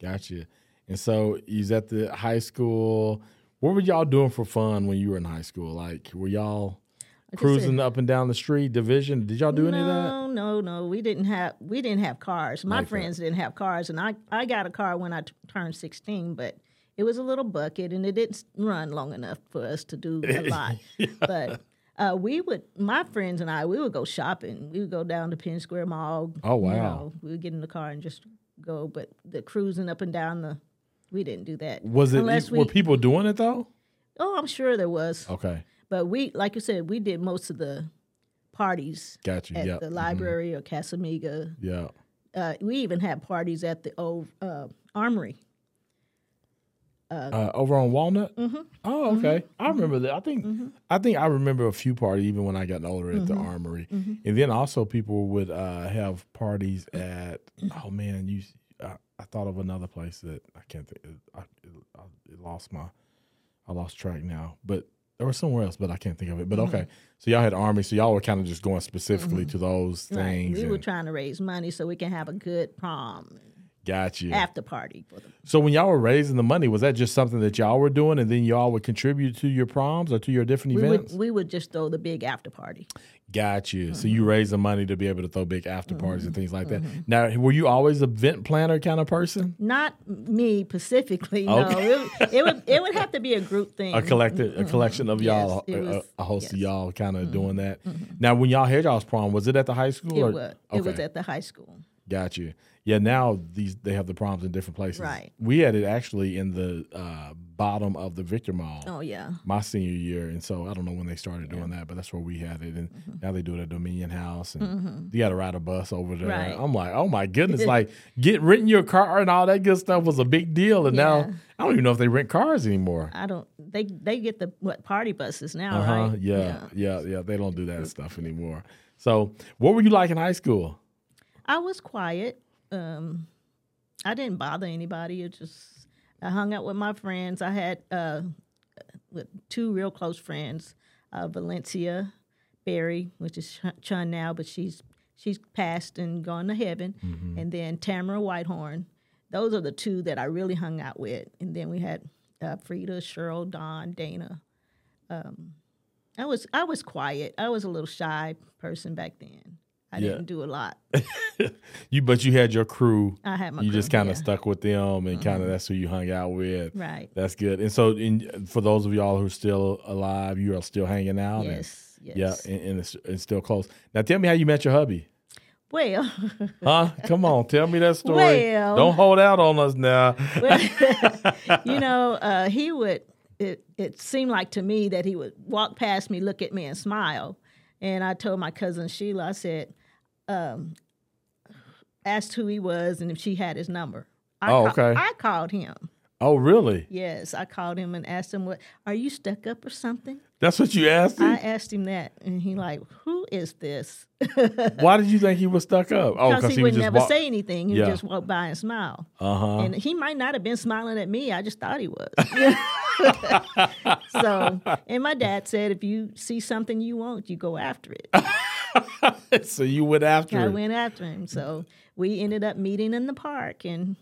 [SPEAKER 1] gotcha. And so he's at the high school. What were y'all doing for fun when you were in high school? Like, were y'all
[SPEAKER 2] Like I said-
[SPEAKER 1] cruising up and down the street, division? Did y'all do any of that?
[SPEAKER 2] No, no, no. We didn't have we didn't have cars. My
[SPEAKER 1] Like that.
[SPEAKER 2] friends didn't have cars, and I I got a car when I t- turned sixteen, but it was a little bucket, and it didn't s- run long enough for us to do a lot. But uh, we would, my friends and I, we would go shopping. We would go down to Penn Square Mall.
[SPEAKER 1] Oh,
[SPEAKER 2] you
[SPEAKER 1] wow.
[SPEAKER 2] know, we would get in the car and just go. But the cruising up and down the, we didn't do that.
[SPEAKER 1] Was it?
[SPEAKER 2] Unless
[SPEAKER 1] were
[SPEAKER 2] we-
[SPEAKER 1] people doing it though?
[SPEAKER 2] Oh, I'm sure there was,
[SPEAKER 1] Okay,
[SPEAKER 2] but we, like you said, we did most of the parties
[SPEAKER 1] got you.
[SPEAKER 2] at
[SPEAKER 1] yeah,
[SPEAKER 2] the library or Casamiga.
[SPEAKER 1] yeah.
[SPEAKER 2] Uh, we even had parties at the old uh, armory.
[SPEAKER 1] Uh, over on Walnut.
[SPEAKER 2] Mm-hmm.
[SPEAKER 1] Oh, okay. I remember that. I think I think I remember a few parties even when I got older at the
[SPEAKER 2] Mm-hmm.
[SPEAKER 1] Armory, and then also people would uh, have parties at. Oh man, you. I, I thought of another place that I can't think. I, I, it lost my. I lost track now, but or somewhere else, but I can't think of it. But
[SPEAKER 2] Mm-hmm.
[SPEAKER 1] okay, so y'all had Army, so y'all were kind of just going specifically to those
[SPEAKER 2] Right.
[SPEAKER 1] things.
[SPEAKER 2] We
[SPEAKER 1] and-
[SPEAKER 2] were trying to raise money so we can have a good prom.
[SPEAKER 1] Got you.
[SPEAKER 2] after party for them.
[SPEAKER 1] So when y'all were raising the money, was that just something that y'all were doing, and then y'all would contribute to your proms or to your different
[SPEAKER 2] We
[SPEAKER 1] events?
[SPEAKER 2] would we Mm-hmm. would just throw the big after party.
[SPEAKER 1] Got you. So you raise the money to be able to throw big after
[SPEAKER 2] Mm-hmm.
[SPEAKER 1] parties and things like that. Now, were you always a event planner kind of person?
[SPEAKER 2] Not me specifically. No,
[SPEAKER 1] Okay.
[SPEAKER 2] it, would- it would it would have to be a group thing.
[SPEAKER 1] A collected, a collection of y'all,
[SPEAKER 2] Mm-hmm. Yes, it
[SPEAKER 1] a- a,
[SPEAKER 2] was-
[SPEAKER 1] a host of
[SPEAKER 2] yes. Mm-hmm.
[SPEAKER 1] y'all, kind of doing that. Now, when y'all had y'all's prom, was it at the high school?
[SPEAKER 2] It
[SPEAKER 1] or?
[SPEAKER 2] was. It was at the high school.
[SPEAKER 1] Got you. Yeah, now these they have the proms in different places.
[SPEAKER 2] Right.
[SPEAKER 1] We had it actually in the uh, bottom of the Victor Mall.
[SPEAKER 2] Oh yeah.
[SPEAKER 1] my senior year, and so I don't know when they started doing that, but that's where we had it, and
[SPEAKER 2] Mm-hmm.
[SPEAKER 1] now they do it at Dominion House, and you got to ride a bus over there.
[SPEAKER 2] Right.
[SPEAKER 1] I'm like, oh my goodness, like get renting your car and all that good stuff was a big deal, and now
[SPEAKER 2] Yeah.
[SPEAKER 1] I don't even know if they rent cars anymore.
[SPEAKER 2] I don't. They they get the what party buses now,
[SPEAKER 1] Uh-huh.
[SPEAKER 2] right? Mm-hmm.
[SPEAKER 1] Yeah, yeah, yeah, They don't do that stuff anymore. So, what were you like in high school?
[SPEAKER 2] I was quiet. Um, I didn't bother anybody. It just I hung out with my friends. I had uh, with two real close friends, uh, Valencia Berry, which is Ch- Chun now, but she's she's passed and gone to heaven, and then Tamara Whitehorn. Those are the two that I really hung out with. And then we had uh, Frida, Cheryl, Don, Dana. Um, I was I was quiet. I was a little shy person back then. I
[SPEAKER 1] Yeah.
[SPEAKER 2] didn't do a lot.
[SPEAKER 1] You, but you had your crew.
[SPEAKER 2] I had my.
[SPEAKER 1] you just kind of
[SPEAKER 2] stuff.
[SPEAKER 1] stuck with them, and kind of that's who you hung out with.
[SPEAKER 2] Right.
[SPEAKER 1] That's good. And so, in, for those of y'all who are still alive, you are still hanging out. and-
[SPEAKER 2] Yes. Yes.
[SPEAKER 1] Yeah, and, and it's, it's still close. Now tell me how you met your hubby.
[SPEAKER 2] Well,
[SPEAKER 1] Huh? Come on, tell me that story.
[SPEAKER 2] Well-
[SPEAKER 1] Don't hold out on us now.
[SPEAKER 2] well you know, uh, he would. It, it seemed like to me that he would walk past me, look at me, and smile. And I told my cousin Sheila, I said, um, asked who he was and if she had his number. I
[SPEAKER 1] Oh,
[SPEAKER 2] ca-
[SPEAKER 1] okay.
[SPEAKER 2] I called him.
[SPEAKER 1] Oh, really?
[SPEAKER 2] Yes, I called him and asked him, "What are you stuck up or something?"
[SPEAKER 1] That's what you asked him?
[SPEAKER 2] I asked him that, and he like, "Who is this?"
[SPEAKER 1] Why did you think uh, he was stuck up? Oh,
[SPEAKER 2] Because he, would never say anything. He would
[SPEAKER 1] Yeah.
[SPEAKER 2] just walk by and smile.
[SPEAKER 1] Uh huh.
[SPEAKER 2] and he might not have been smiling at me. I just thought he was. so, and my dad said, if you see something you want, you go after it.
[SPEAKER 1] so you went after
[SPEAKER 2] I
[SPEAKER 1] him.
[SPEAKER 2] went after him. So we ended up meeting in the park, and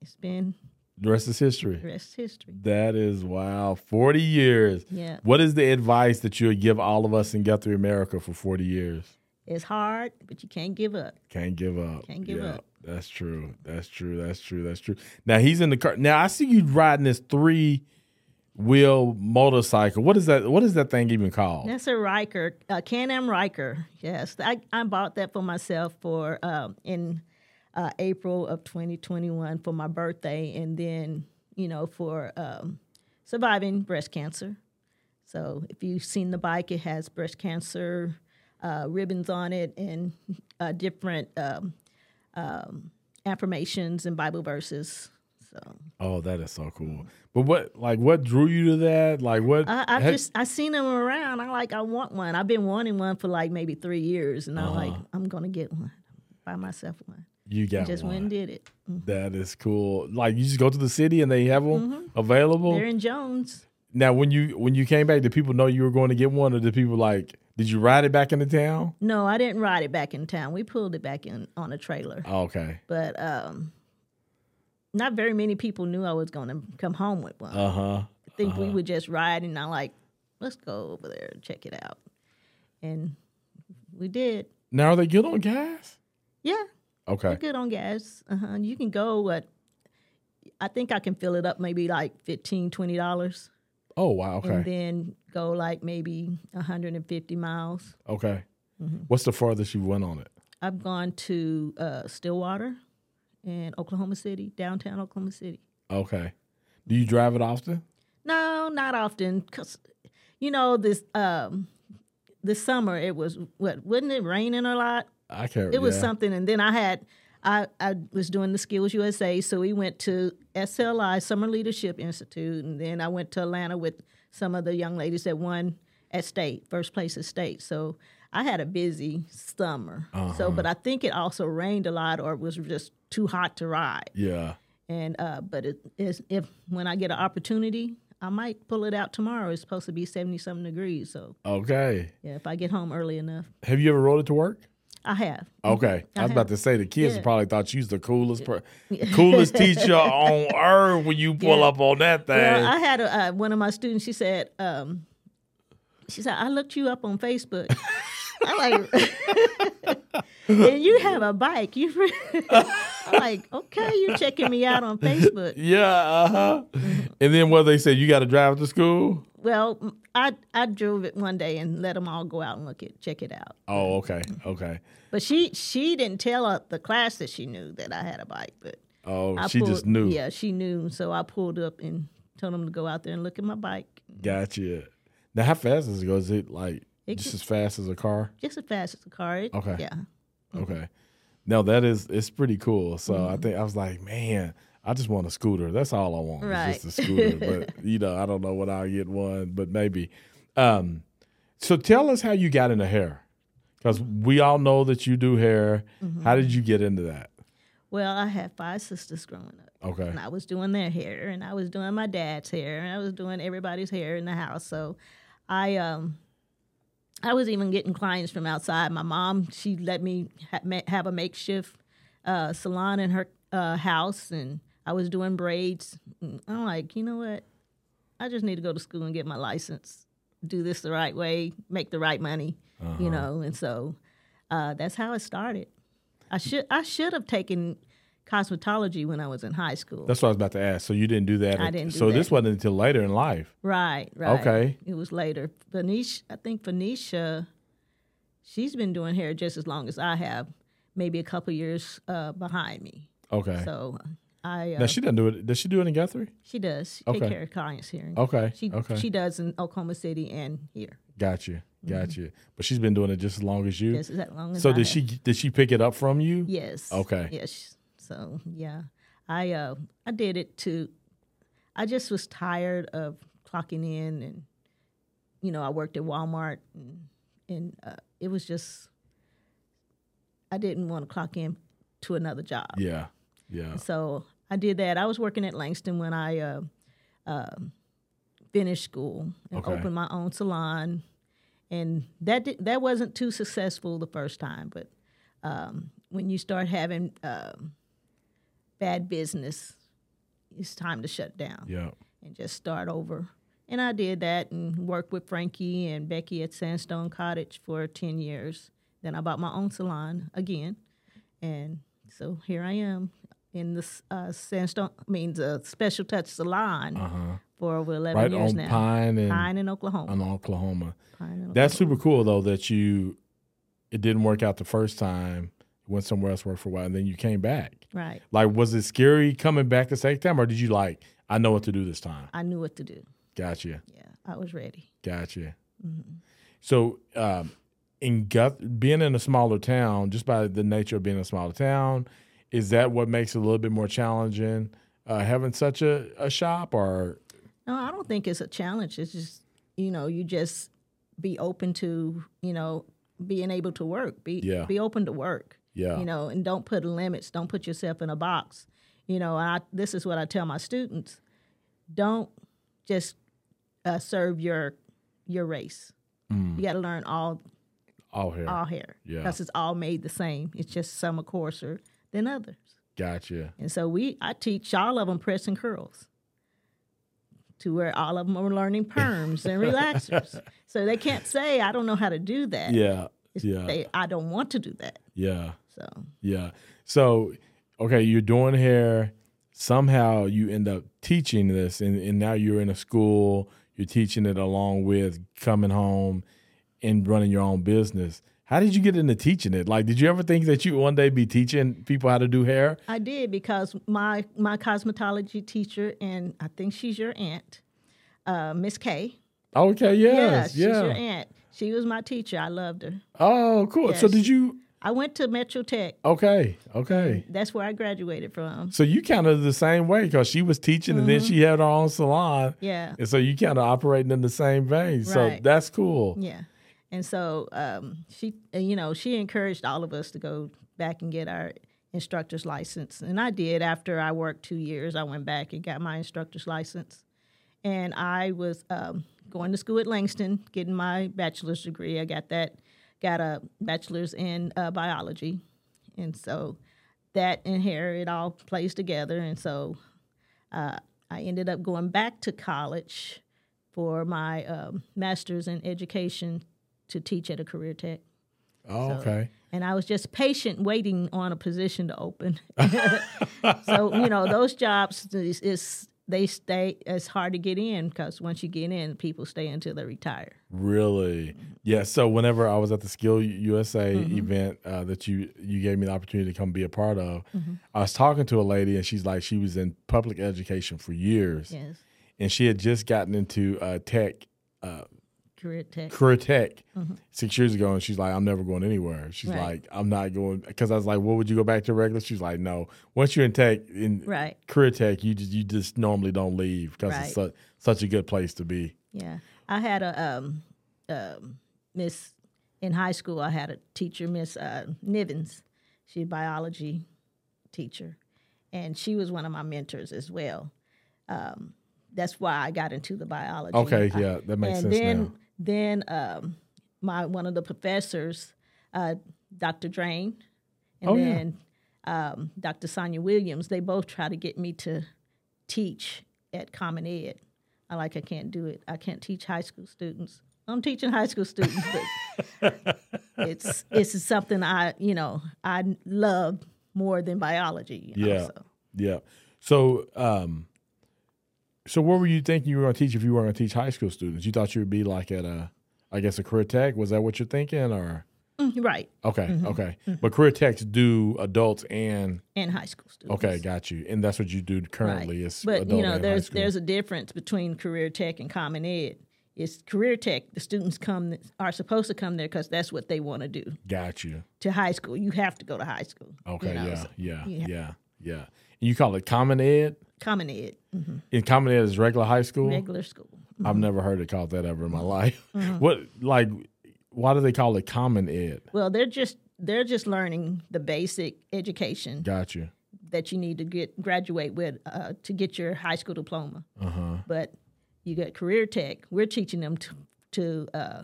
[SPEAKER 2] it's been
[SPEAKER 1] The rest is history.
[SPEAKER 2] rest is history.
[SPEAKER 1] That is wow. Forty years.
[SPEAKER 2] Yeah.
[SPEAKER 1] What is the advice that you would give all of us in Guthrie, America, for forty years?
[SPEAKER 2] It's hard, but you can't give up.
[SPEAKER 1] Can't give up.
[SPEAKER 2] Can't give up.
[SPEAKER 1] That's true. That's true. That's true. That's true. Now he's in the car. Now I see you riding this three wheel motorcycle. What is that? What is that thing even called?
[SPEAKER 2] That's a Riker, a Can-Am Riker. Yes, I, I bought that for myself for um, in uh, April of 2021 for my birthday, and then you know for um, surviving breast cancer. So if you've seen the bike, it has breast cancer uh, ribbons on it and uh, different um, um, affirmations and Bible verses. So.
[SPEAKER 1] Oh, that is so cool. But what, like, what drew you to that? Like, what?
[SPEAKER 2] I, I've
[SPEAKER 1] had-
[SPEAKER 2] just I seen them around. I like I want one. I've been wanting one for like maybe three years, and I'm like I'm gonna get one. Buy myself one.
[SPEAKER 1] you got
[SPEAKER 2] Just went
[SPEAKER 1] one.
[SPEAKER 2] and did it.
[SPEAKER 1] That is cool. Like, you just go to the city and they have them
[SPEAKER 2] Mm-hmm.
[SPEAKER 1] available.
[SPEAKER 2] They're in Jones.
[SPEAKER 1] now, when you when you came back, did people know you were going to get one, or did people like? Did you ride it back into town?
[SPEAKER 2] No, I didn't ride it back in town. We pulled it back in on a trailer,
[SPEAKER 1] Oh, okay.
[SPEAKER 2] but um, not very many people knew I was gonna come home with one.
[SPEAKER 1] Uh huh.
[SPEAKER 2] I think we would just ride, and I like let's go over there and check it out, and we did.
[SPEAKER 1] Now are they good on gas?
[SPEAKER 2] Yeah,
[SPEAKER 1] Okay.
[SPEAKER 2] Good on gas. Uh-huh. You can go what I think I can fill it up maybe like 15 dollars,
[SPEAKER 1] Oh wow. Okay.
[SPEAKER 2] and then go like maybe hundred and fifty miles.
[SPEAKER 1] Okay.
[SPEAKER 2] Mm-hmm.
[SPEAKER 1] What's the farthest you went on it?
[SPEAKER 2] I've gone to uh, Stillwater and Oklahoma City, downtown Oklahoma City.
[SPEAKER 1] Okay. Do you drive it often?
[SPEAKER 2] No, not often, cause you know this um, this summer it was what wasn't it raining a lot?
[SPEAKER 1] I can't.
[SPEAKER 2] it was
[SPEAKER 1] yeah.
[SPEAKER 2] something and then i had I, I was doing the skills usa so we went to sli summer leadership institute and then i went to atlanta with some of the young ladies that won at state first place at state so i had a busy summer so but i think it also rained a lot or it was just too hot to ride
[SPEAKER 1] Yeah.
[SPEAKER 2] and uh, but it is if when i get an opportunity i might pull it out tomorrow it's supposed to be 70 something degrees so
[SPEAKER 1] Okay.
[SPEAKER 2] yeah if i get home early enough
[SPEAKER 1] Have you ever rode it to work?
[SPEAKER 2] I have.
[SPEAKER 1] Okay, I was
[SPEAKER 2] Uh-huh.
[SPEAKER 1] about to say the kids
[SPEAKER 2] Yeah.
[SPEAKER 1] probably thought you was the coolest, per- coolest teacher on earth when you pull
[SPEAKER 2] Yeah.
[SPEAKER 1] up on that thing.
[SPEAKER 2] Well, I had a, uh, one of my students. She said, um, "She said I looked you up on Facebook." I'm like, "And you have a bike? You?" re- I'm like, "Okay, you checking me out on Facebook?"
[SPEAKER 1] yeah, uh huh.
[SPEAKER 2] Mm-hmm.
[SPEAKER 1] And then what they said, you got to drive to school.
[SPEAKER 2] Well, m- I I drove it one day and let them all go out and look it, check it out.
[SPEAKER 1] Oh, okay, okay.
[SPEAKER 2] But she she didn't tell uh, the class that she knew that I had a bike, but
[SPEAKER 1] Oh,
[SPEAKER 2] I
[SPEAKER 1] she
[SPEAKER 2] pulled,
[SPEAKER 1] just knew.
[SPEAKER 2] Yeah, she knew. So I pulled up and told them to go out there and look at my bike.
[SPEAKER 1] Gotcha. Now, how fast does it go? Is it like
[SPEAKER 2] It
[SPEAKER 1] just
[SPEAKER 2] can-
[SPEAKER 1] as fast as a car?
[SPEAKER 2] Just as fast as the car. It-
[SPEAKER 1] Okay.
[SPEAKER 2] Yeah.
[SPEAKER 1] Okay. No, that is it's pretty cool. So I
[SPEAKER 2] Mm-hmm.
[SPEAKER 1] think I was like, man, I just want a scooter. That's all I want. It's just a
[SPEAKER 2] Right.
[SPEAKER 1] scooter. but you know, I don't know when I'll get one, but maybe. Um, so tell us how you got into hair. Because we all know that you do hair.
[SPEAKER 2] Mm-hmm.
[SPEAKER 1] How did you get into that?
[SPEAKER 2] Well, I had five sisters growing up.
[SPEAKER 1] Okay.
[SPEAKER 2] And I was doing their hair, and I was doing my dad's hair, and I was doing everybody's hair in the house. So, I um, I was even getting clients from outside. My mom, she let me ha- ma- have a makeshift uh, salon in her uh, house, and I was doing braids. And I'm like, you know what? I just need to go to school and get my license, do this the right way, make the right money,
[SPEAKER 1] Uh-huh.
[SPEAKER 2] you know. And so, uh, that's how it started. I should I should have taken cosmetology when I was in high school.
[SPEAKER 1] That's what I was about to ask. So you didn't do that.
[SPEAKER 2] I didn't do
[SPEAKER 1] so this
[SPEAKER 2] that.
[SPEAKER 1] wasn't until later in life.
[SPEAKER 2] Right, right.
[SPEAKER 1] Okay.
[SPEAKER 2] It was later. Phoenicia, I think Phoenicia, she's been doing hair just as long as I have, maybe a couple years uh, behind me.
[SPEAKER 1] Okay.
[SPEAKER 2] So I,
[SPEAKER 1] now
[SPEAKER 2] uh, she,
[SPEAKER 1] she doesn't do it. Does she do it in Guthrie?
[SPEAKER 2] does. She
[SPEAKER 1] Okay.
[SPEAKER 2] take care of clients here.
[SPEAKER 1] Okay.
[SPEAKER 2] She,
[SPEAKER 1] okay.
[SPEAKER 2] she does in Oklahoma City and here.
[SPEAKER 1] gotcha. Gotcha. But she's been doing it just as long as you.
[SPEAKER 2] Just as long as
[SPEAKER 1] So
[SPEAKER 2] I
[SPEAKER 1] did
[SPEAKER 2] have.
[SPEAKER 1] she did she pick it up from you?
[SPEAKER 2] Yes.
[SPEAKER 1] Okay.
[SPEAKER 2] Yes. So yeah, I uh I did it to. I just was tired of clocking in, and you know I worked at Walmart, and, and uh, it was just I didn't want to clock in to another job.
[SPEAKER 1] Yeah. Yeah.
[SPEAKER 2] So I did that. I was working at Langston when I uh, um finished school and
[SPEAKER 1] Okay.
[SPEAKER 2] opened my own salon, and that di- that wasn't too successful the first time. But um, when you start having um, bad business, it's time to shut down
[SPEAKER 1] Yeah.
[SPEAKER 2] and just start over. And I did that and worked with Frankie and Becky at Sandstone Cottage for 10 years. Then I bought my own salon again. And so here I am in the uh, Sandstone, I mean, the Special Touch Salon
[SPEAKER 1] Uh-huh.
[SPEAKER 2] for over 11
[SPEAKER 1] Right
[SPEAKER 2] years
[SPEAKER 1] on
[SPEAKER 2] now.
[SPEAKER 1] Pine and
[SPEAKER 2] Pine in Oklahoma.
[SPEAKER 1] on Oklahoma.
[SPEAKER 2] Pine in
[SPEAKER 1] That's super cool though that you it didn't work out the first time, went somewhere else worked for a while, and then you came back.
[SPEAKER 2] Oklahoma. Right.
[SPEAKER 1] Like was it scary coming back the second time or did you like, I know what to do this time?
[SPEAKER 2] I knew what to do.
[SPEAKER 1] Gotcha.
[SPEAKER 2] Yeah, I was ready. Mm-hmm.
[SPEAKER 1] Gotcha. So um in Guth being in a smaller town, just by the nature of being a smaller town, is that what makes it a little bit more challenging? Uh, having such a, a shop or
[SPEAKER 2] No, I don't think it's a challenge. It's just you know you just be open to you know being able to work. Be
[SPEAKER 1] Yeah.
[SPEAKER 2] be open to work.
[SPEAKER 1] Yeah.
[SPEAKER 2] You know, and don't put limits. Don't put yourself in a box. You know, and I this is what I tell my students: don't just uh, serve your your race. You got to learn all
[SPEAKER 1] Mm, all hair.
[SPEAKER 2] all hair
[SPEAKER 1] Yeah.
[SPEAKER 2] because it's all made the same. It's just some are coarser than others.
[SPEAKER 1] Gotcha.
[SPEAKER 2] And so we, I teach all of them press and curls to where all of them are learning perms and relaxers. So they can't say, I don't know how to do that.
[SPEAKER 1] Yeah.
[SPEAKER 2] It's
[SPEAKER 1] yeah.
[SPEAKER 2] They, I don't want to do that.
[SPEAKER 1] yeah.
[SPEAKER 2] So,
[SPEAKER 1] Yeah. So, okay, you're doing hair. Somehow you end up teaching this, and, and now you're in a school. You're teaching it along with coming home and running your own business. How did you get into teaching it? Like, did you ever think that you one day be teaching people how to do hair?
[SPEAKER 2] I did because my my cosmetology teacher and I think she's your aunt, uh, Miss K.
[SPEAKER 1] Okay, yes,
[SPEAKER 2] she's your
[SPEAKER 1] yeah.
[SPEAKER 2] aunt. She was my teacher. I loved her.
[SPEAKER 1] Oh, cool. So
[SPEAKER 2] Yes.
[SPEAKER 1] did you?
[SPEAKER 2] I went to Metro Tech.
[SPEAKER 1] Okay, okay.
[SPEAKER 2] That's where I graduated from.
[SPEAKER 1] So you kind of the same way because she was teaching, and then
[SPEAKER 2] Mm-hmm.
[SPEAKER 1] she had her own salon,
[SPEAKER 2] Yeah,
[SPEAKER 1] and so you kind of operating in the same vein. So
[SPEAKER 2] Right.
[SPEAKER 1] that's cool.
[SPEAKER 2] Yeah. And so um, she, uh, you know, she encouraged all of us to go back and get our instructor's license. And I did after I worked two years. I went back and got my instructor's license. And I was um, going to school at Langston, getting my bachelor's degree. I got that, got a bachelor's in uh, biology, and so that and hair it all plays together. And so uh, I ended up going back to college for my um, master's in education to teach at a career tech.
[SPEAKER 1] Oh,
[SPEAKER 2] So-
[SPEAKER 1] okay.
[SPEAKER 2] And I was just patient waiting on a position to open. so, you know, those jobs is, is they stay it's hard to get in because once you get in, people stay until they retire.
[SPEAKER 1] Really? Yeah. So whenever I was at the Skill USA
[SPEAKER 2] Mm-hmm.
[SPEAKER 1] event uh, that you you gave me the opportunity to come be a part of,
[SPEAKER 2] Mm-hmm.
[SPEAKER 1] I was talking to a lady and she's like she was in public education for years
[SPEAKER 2] Yes.
[SPEAKER 1] and she had just gotten into uh, tech
[SPEAKER 2] Career tech.
[SPEAKER 1] career tech six years ago, and she's like, "I'm never going anywhere." She's
[SPEAKER 2] Mm-hmm. Right.
[SPEAKER 1] like, "I'm not going," because I was like, "What would you go back to regular?" She's like, "No. Once you're in tech, in
[SPEAKER 2] Right.
[SPEAKER 1] career tech, you just you just normally don't leave because it's such such a good place to be."
[SPEAKER 2] Yeah, I had a um, um, miss in high school. I had a teacher, Miss uh, Nivens. She's a biology teacher, and she was one of my mentors as well. Um, that's why I got into the biology.
[SPEAKER 1] Okay,
[SPEAKER 2] I-
[SPEAKER 1] yeah, that makes
[SPEAKER 2] and
[SPEAKER 1] sense
[SPEAKER 2] then,
[SPEAKER 1] now.
[SPEAKER 2] Then um, my one of the professors, uh, Dr. Drain, and
[SPEAKER 1] Oh, yeah.
[SPEAKER 2] then um, Dr. Sonia Williams. They both try to get me to teach at Common Ed. I like I can't do it. I can't teach high school students. I'm teaching high school students, but it's it's something I you know I love more than biology. You know,
[SPEAKER 1] Yeah.
[SPEAKER 2] so.
[SPEAKER 1] Yeah. So, um, so what were you thinking you were going to teach if you were going to teach high school students? You thought you would be like at a, I guess a career tech. Was that what you're thinking? Or
[SPEAKER 2] Mm, right.
[SPEAKER 1] okay, okay.
[SPEAKER 2] Mm-hmm.
[SPEAKER 1] But career techs do adults and
[SPEAKER 2] And high school students.
[SPEAKER 1] okay, got you. And that's what you do currently
[SPEAKER 2] Right.
[SPEAKER 1] is
[SPEAKER 2] but
[SPEAKER 1] adult
[SPEAKER 2] you know
[SPEAKER 1] and
[SPEAKER 2] there's
[SPEAKER 1] high school.
[SPEAKER 2] there's a difference between career tech and common ed it's career tech the students come are supposed to come there because that's what they want to do
[SPEAKER 1] got you.
[SPEAKER 2] to high school you have to go to high school you
[SPEAKER 1] Okay,
[SPEAKER 2] know,
[SPEAKER 1] yeah,
[SPEAKER 2] so
[SPEAKER 1] yeah, yeah,
[SPEAKER 2] yeah.
[SPEAKER 1] yeah, And you call it common ed?
[SPEAKER 2] common ed mhm,
[SPEAKER 1] In common ed is regular high school.
[SPEAKER 2] regular school
[SPEAKER 1] I've never heard it called that ever in my life. What like? Why do they call it common ed?
[SPEAKER 2] well they're just they're just learning the basic education
[SPEAKER 1] Got you.
[SPEAKER 2] that you need to get graduate with uh, to get your high school diploma.
[SPEAKER 1] Uh-huh.
[SPEAKER 2] But you got career tech. We're teaching them to, to uh,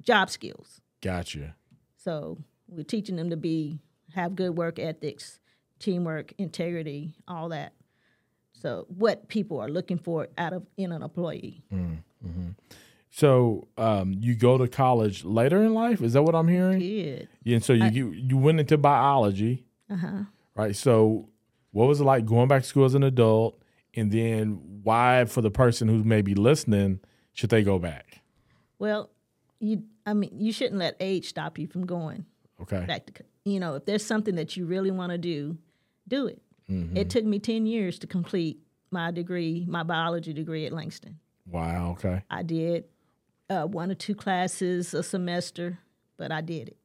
[SPEAKER 2] job skills.
[SPEAKER 1] Got you.
[SPEAKER 2] So we're teaching them to be have good work ethics, teamwork, integrity, all that. So what people are looking for out of in an employee.
[SPEAKER 1] So um, you go to college later in life? Is that what I'm hearing?
[SPEAKER 2] Good.
[SPEAKER 1] Yeah. And so you you, you went into biology,
[SPEAKER 2] Uh
[SPEAKER 1] Uh-huh.
[SPEAKER 2] huh.
[SPEAKER 1] right? So what was it like going back to school as an adult? And then why, for the person who's maybe listening, should they go back?
[SPEAKER 2] Well, you. I mean, you shouldn't let age stop you from going.
[SPEAKER 1] Okay.
[SPEAKER 2] back to co- you know if there's something that you really want to do do it it took me 10 years to complete my degree my biology degree at langston
[SPEAKER 1] Wow. Okay.
[SPEAKER 2] i did uh, one or two classes a semester but i did it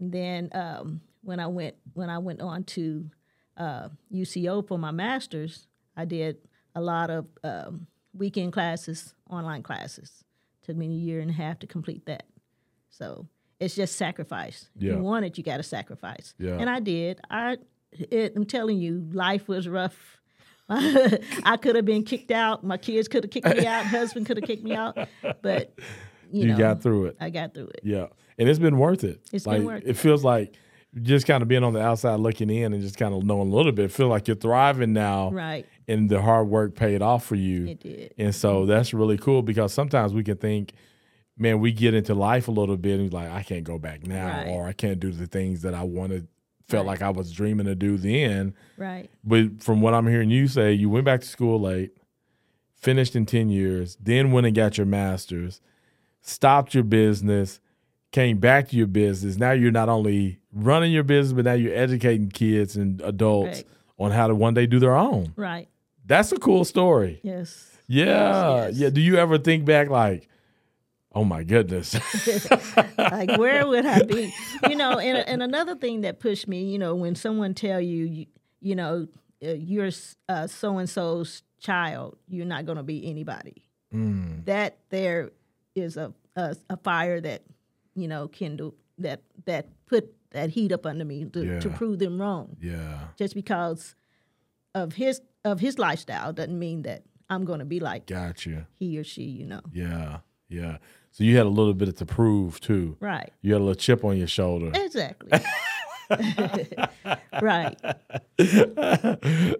[SPEAKER 2] and then um, when i went when i went on to uh, uco for my master's i did a lot of um, weekend classes online classes took me a year and a half to complete that so it's just sacrifice. If
[SPEAKER 1] Yeah.
[SPEAKER 2] You want it, you got to sacrifice.
[SPEAKER 1] Yeah.
[SPEAKER 2] And I did. I, it, I'm telling you, life was rough. I could have been kicked out. My kids could have kicked me out. Husband could have kicked me out. But you,
[SPEAKER 1] You
[SPEAKER 2] know,
[SPEAKER 1] got through it.
[SPEAKER 2] I got through it.
[SPEAKER 1] Yeah. And it's been worth it.
[SPEAKER 2] It's
[SPEAKER 1] like,
[SPEAKER 2] been worth
[SPEAKER 1] It feels like just kind of being on the outside looking in and just kind of knowing a little bit, feel like you're thriving now.
[SPEAKER 2] Right.
[SPEAKER 1] and the hard work paid off for you.
[SPEAKER 2] It did.
[SPEAKER 1] And so that's really cool because sometimes we can think, man, we get into life a little bit and like, I can't go back now,
[SPEAKER 2] Right.
[SPEAKER 1] or I can't do the things that I wanted, felt like I was dreaming to do then.
[SPEAKER 2] Right.
[SPEAKER 1] But from what I'm hearing you say, you went back to school late, finished in 10 years, then went and got your master's, stopped your business, came back to your business. Now you're not only running your business, but now you're educating kids and adults
[SPEAKER 2] Correct.
[SPEAKER 1] on how to one day do their own.
[SPEAKER 2] Right.
[SPEAKER 1] That's a cool story.
[SPEAKER 2] Yes.
[SPEAKER 1] Yeah.
[SPEAKER 2] Yes.
[SPEAKER 1] Yeah. Do you ever think back like, oh my goodness?
[SPEAKER 2] like where would I be? You know, and and another thing that pushed me, you know, when someone tell you, you, you know, uh, you're so and so's child, you're not going to be anybody.
[SPEAKER 1] Hmm,
[SPEAKER 2] That there is a, a a fire that you know kindled that that put that heat up under me to, to
[SPEAKER 1] Yeah.
[SPEAKER 2] prove them wrong.
[SPEAKER 1] yeah.
[SPEAKER 2] Just because of his of his lifestyle doesn't mean that I'm going to be like
[SPEAKER 1] Gotcha.
[SPEAKER 2] he or she. You know,
[SPEAKER 1] Yeah. Yeah. So you had a little bit to prove too.
[SPEAKER 2] Right.
[SPEAKER 1] You had a little chip on your shoulder.
[SPEAKER 2] Exactly. right.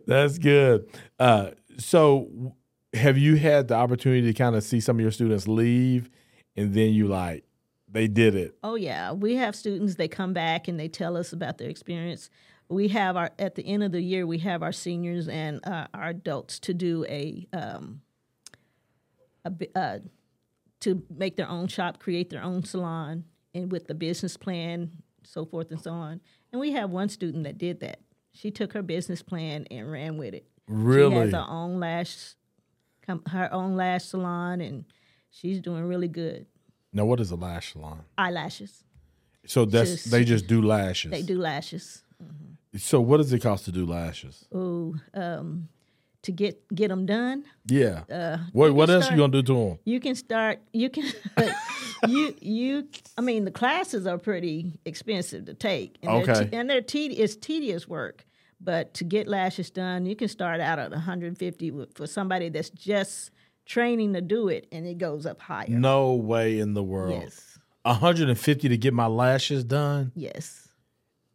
[SPEAKER 1] That's good. Uh, so, w- have you had the opportunity to kind of see some of your students leave, and then you like they did it?
[SPEAKER 2] Oh yeah, we have students. They come back and they tell us about their experience. We have our at the end of the year, we have our seniors and uh, our adults to do a um, a bi- uh, to make their own shop, create their own salon, and with the business plan, so forth and so on. And we have one student that did that. She took her business plan and ran with it. She
[SPEAKER 1] Really?
[SPEAKER 2] has her own lash, com- her own lash salon, and she's doing really good.
[SPEAKER 1] Now, what is a lash salon?
[SPEAKER 2] Eyelashes.
[SPEAKER 1] So that's
[SPEAKER 2] Just-
[SPEAKER 1] they just do lashes.
[SPEAKER 2] They do lashes.
[SPEAKER 1] So what does it cost to do lashes?
[SPEAKER 2] Ooh, um, to get get them done,
[SPEAKER 1] Yeah. what what else you
[SPEAKER 2] Uh, start-
[SPEAKER 1] gonna do to them?
[SPEAKER 2] you can start. You can you you. I mean, the classes are pretty expensive to take, and they're,
[SPEAKER 1] Okay.
[SPEAKER 2] te- and they're tedi- it's tedious work. But to get lashes done, you can start out at 150 w- for somebody that's just training to do it, and it goes up higher.
[SPEAKER 1] No way in the world.
[SPEAKER 2] Yes,
[SPEAKER 1] 150 to get my lashes done.
[SPEAKER 2] yes.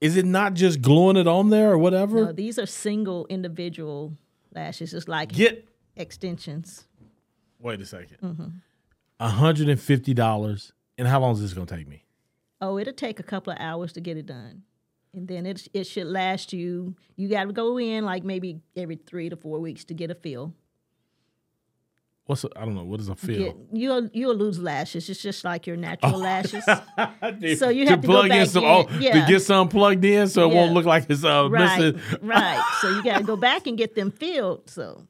[SPEAKER 1] Is it not just gluing it on there or whatever?
[SPEAKER 2] No, these are single individual lashes, just like
[SPEAKER 1] Get
[SPEAKER 2] extensions.
[SPEAKER 1] wait a 2nd
[SPEAKER 2] Mm-hmm.
[SPEAKER 1] $150 and how long is this gonna take me?
[SPEAKER 2] Oh, it'll take a couple of hours to get it done. And then it, it should last you, you got to go in like maybe every three to four weeks to get a feel.
[SPEAKER 1] What's I I don't know, what is a feel?
[SPEAKER 2] Get- you'll, you'll lose lashes. It's just like your natural lashes. So you
[SPEAKER 1] to
[SPEAKER 2] have to go
[SPEAKER 1] plug in
[SPEAKER 2] back
[SPEAKER 1] some
[SPEAKER 2] in,
[SPEAKER 1] oh,
[SPEAKER 2] yeah.
[SPEAKER 1] to get some plugged in so it won't
[SPEAKER 2] Yeah.
[SPEAKER 1] look like it's uh
[SPEAKER 2] right,
[SPEAKER 1] missing.
[SPEAKER 2] right. So you got to go back and get them filled. So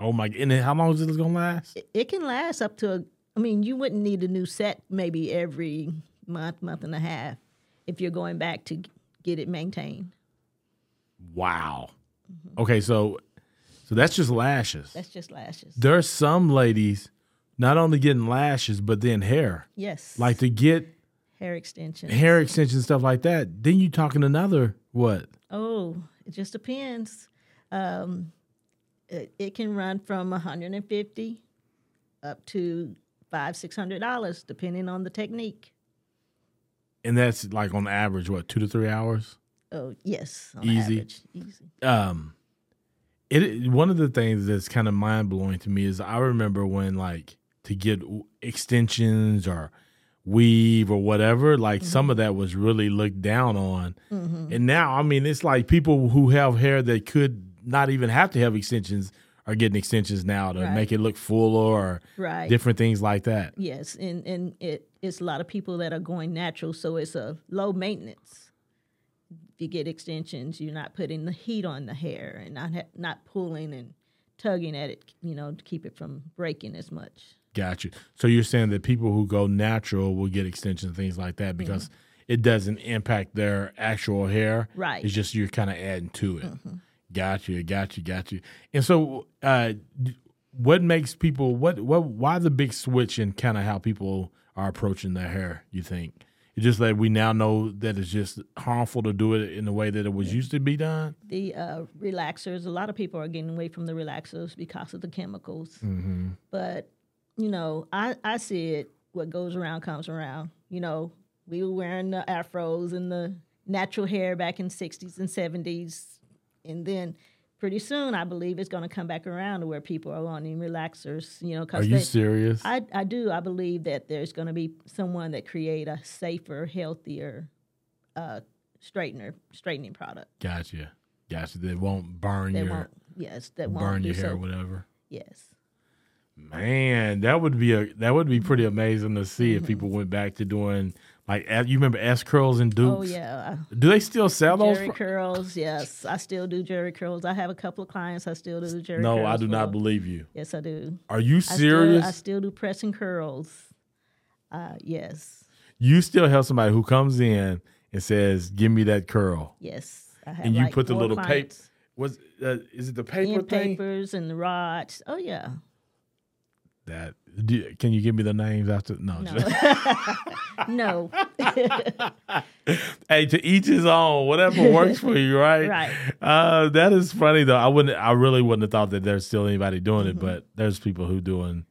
[SPEAKER 1] Oh my! And then how long is this gonna last?
[SPEAKER 2] it, it can last up to, a, I mean, you wouldn't need a new set maybe every month, month and a half if you're going back to get it maintained.
[SPEAKER 1] Wow. Okay, so so that's just lashes.
[SPEAKER 2] Mm-hmm. That's just lashes.
[SPEAKER 1] There's some ladies not only getting lashes but then hair.
[SPEAKER 2] Yes.
[SPEAKER 1] Like to get
[SPEAKER 2] hair extension.
[SPEAKER 1] hair extensions and stuff like that. Then you talking another what?
[SPEAKER 2] Oh, it just depends. Um, it, it can run from 150 up to five, six hundred dollars, depending on the technique.
[SPEAKER 1] And that's like on average what two to three hours.
[SPEAKER 2] Oh, yes, on
[SPEAKER 1] Easy.
[SPEAKER 2] average, easy.
[SPEAKER 1] um it one of the things that's kind of mind blowing to me is I remember when like to get w- extensions or weave or whatever like some
[SPEAKER 2] Mm-hmm.
[SPEAKER 1] of that was really looked down on and now I mean it's like people who have hair that could not even have to have extensions are getting extensions now to
[SPEAKER 2] Right.
[SPEAKER 1] make it look fuller or
[SPEAKER 2] Right.
[SPEAKER 1] different things like that
[SPEAKER 2] Yes, and and it, it's a lot of people that are going natural, so it's a low maintenance. If you get extensions, you're not putting the heat on the hair and not ha- not pulling and tugging at it, you know, to keep it from breaking as much.
[SPEAKER 1] Got you. So you're saying that people who go natural will get extensions and things like that because it doesn't impact their actual hair.
[SPEAKER 2] Mm-hmm. Right. Mm-hmm.
[SPEAKER 1] It's just you're kind of adding to it. Got you. Got you. Got you. And so, uh, d- what makes people what what why the big switch in kind of how people are approaching their hair? You think it's just that we now know that it's just harmful to do it in the way that it was used to be done.
[SPEAKER 2] the uh, relaxers. A lot of people are getting away from the relaxers because of the chemicals.
[SPEAKER 1] Mm.
[SPEAKER 2] But you know, I I see it. What goes around comes around. You know, we were wearing the afros and the natural hair back in '60s and '70s, and then pretty soon I believe it's going to come back around to where people are wanting relaxers. You know,
[SPEAKER 1] Are
[SPEAKER 2] because
[SPEAKER 1] you serious?
[SPEAKER 2] I, I do. I believe that there's going to be someone that create a safer, healthier uh, straightener, straightening product.
[SPEAKER 1] gotcha. Gotcha. That won't burn
[SPEAKER 2] That
[SPEAKER 1] your
[SPEAKER 2] won't. Yes, that won't
[SPEAKER 1] burn
[SPEAKER 2] do
[SPEAKER 1] your hair
[SPEAKER 2] so.
[SPEAKER 1] or whatever.
[SPEAKER 2] Yes,
[SPEAKER 1] Man, that would be a that would be pretty amazing to see if people went back to doing like a- you remember S curls and
[SPEAKER 2] Oh
[SPEAKER 1] Dukes.
[SPEAKER 2] yeah,
[SPEAKER 1] Do they still sell those?
[SPEAKER 2] Jerry
[SPEAKER 1] fr-
[SPEAKER 2] curls. Yes, I still do Jerry curls. I have a couple of clients. I still do the Jerry.
[SPEAKER 1] no,
[SPEAKER 2] curls
[SPEAKER 1] I do not
[SPEAKER 2] for.
[SPEAKER 1] believe you.
[SPEAKER 2] Yes, I do.
[SPEAKER 1] Are you serious?
[SPEAKER 2] I still, I still do pressing curls. Uh, yes,
[SPEAKER 1] you still have somebody who comes in and says, "Give me that curl."
[SPEAKER 2] yes. I have
[SPEAKER 1] And you
[SPEAKER 2] like
[SPEAKER 1] put the
[SPEAKER 2] four
[SPEAKER 1] little paper-
[SPEAKER 2] clients.
[SPEAKER 1] Was uh, is it the paper
[SPEAKER 2] and
[SPEAKER 1] thing?
[SPEAKER 2] papers and the rods. Oh yeah.
[SPEAKER 1] That do, can you give me the names after? No.
[SPEAKER 2] No.
[SPEAKER 1] just-
[SPEAKER 2] no.
[SPEAKER 1] hey, to each his own. Whatever works for you, right?
[SPEAKER 2] Right.
[SPEAKER 1] Uh, that is
[SPEAKER 2] Mm-hmm.
[SPEAKER 1] funny though. I wouldn't. I really wouldn't have thought that there's still anybody doing it, but there's people who doing.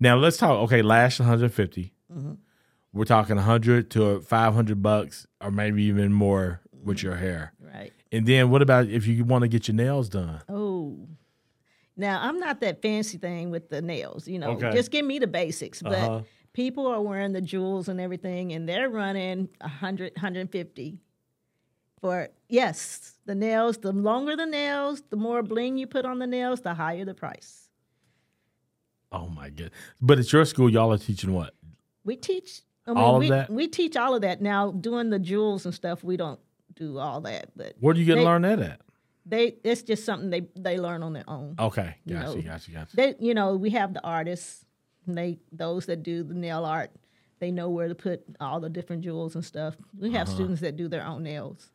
[SPEAKER 1] Now let's talk. Okay, lash 150.
[SPEAKER 2] Mm-hmm.
[SPEAKER 1] We're talking 100 to 500 bucks, or maybe even more with
[SPEAKER 2] Mm-hmm.
[SPEAKER 1] your hair.
[SPEAKER 2] Right.
[SPEAKER 1] And then what about if you want to get your nails done?
[SPEAKER 2] Oh. Now I'm not that fancy thing with the nails, you know.
[SPEAKER 1] Okay.
[SPEAKER 2] Just give me the basics. But
[SPEAKER 1] Uh-huh.
[SPEAKER 2] people are wearing the jewels and everything, and they're running 100, 150 for yes, the nails. The longer the nails, the more bling you put on the nails, the higher the price.
[SPEAKER 1] Oh my god! But at your school, y'all are teaching what?
[SPEAKER 2] We teach I mean,
[SPEAKER 1] All of
[SPEAKER 2] we,
[SPEAKER 1] that?
[SPEAKER 2] We teach all of that. Now doing the jewels and stuff, we don't do all that, but
[SPEAKER 1] Where do you get to
[SPEAKER 2] They-
[SPEAKER 1] learn that at?
[SPEAKER 2] they it's just something they they learn on their own.
[SPEAKER 1] Okay,
[SPEAKER 2] You
[SPEAKER 1] gotcha,
[SPEAKER 2] know,
[SPEAKER 1] gotcha, gotcha.
[SPEAKER 2] they you know we have the artists and they those that do the nail art they know where to put all the different jewels and stuff we have
[SPEAKER 1] Uh-huh.
[SPEAKER 2] students that do their own nails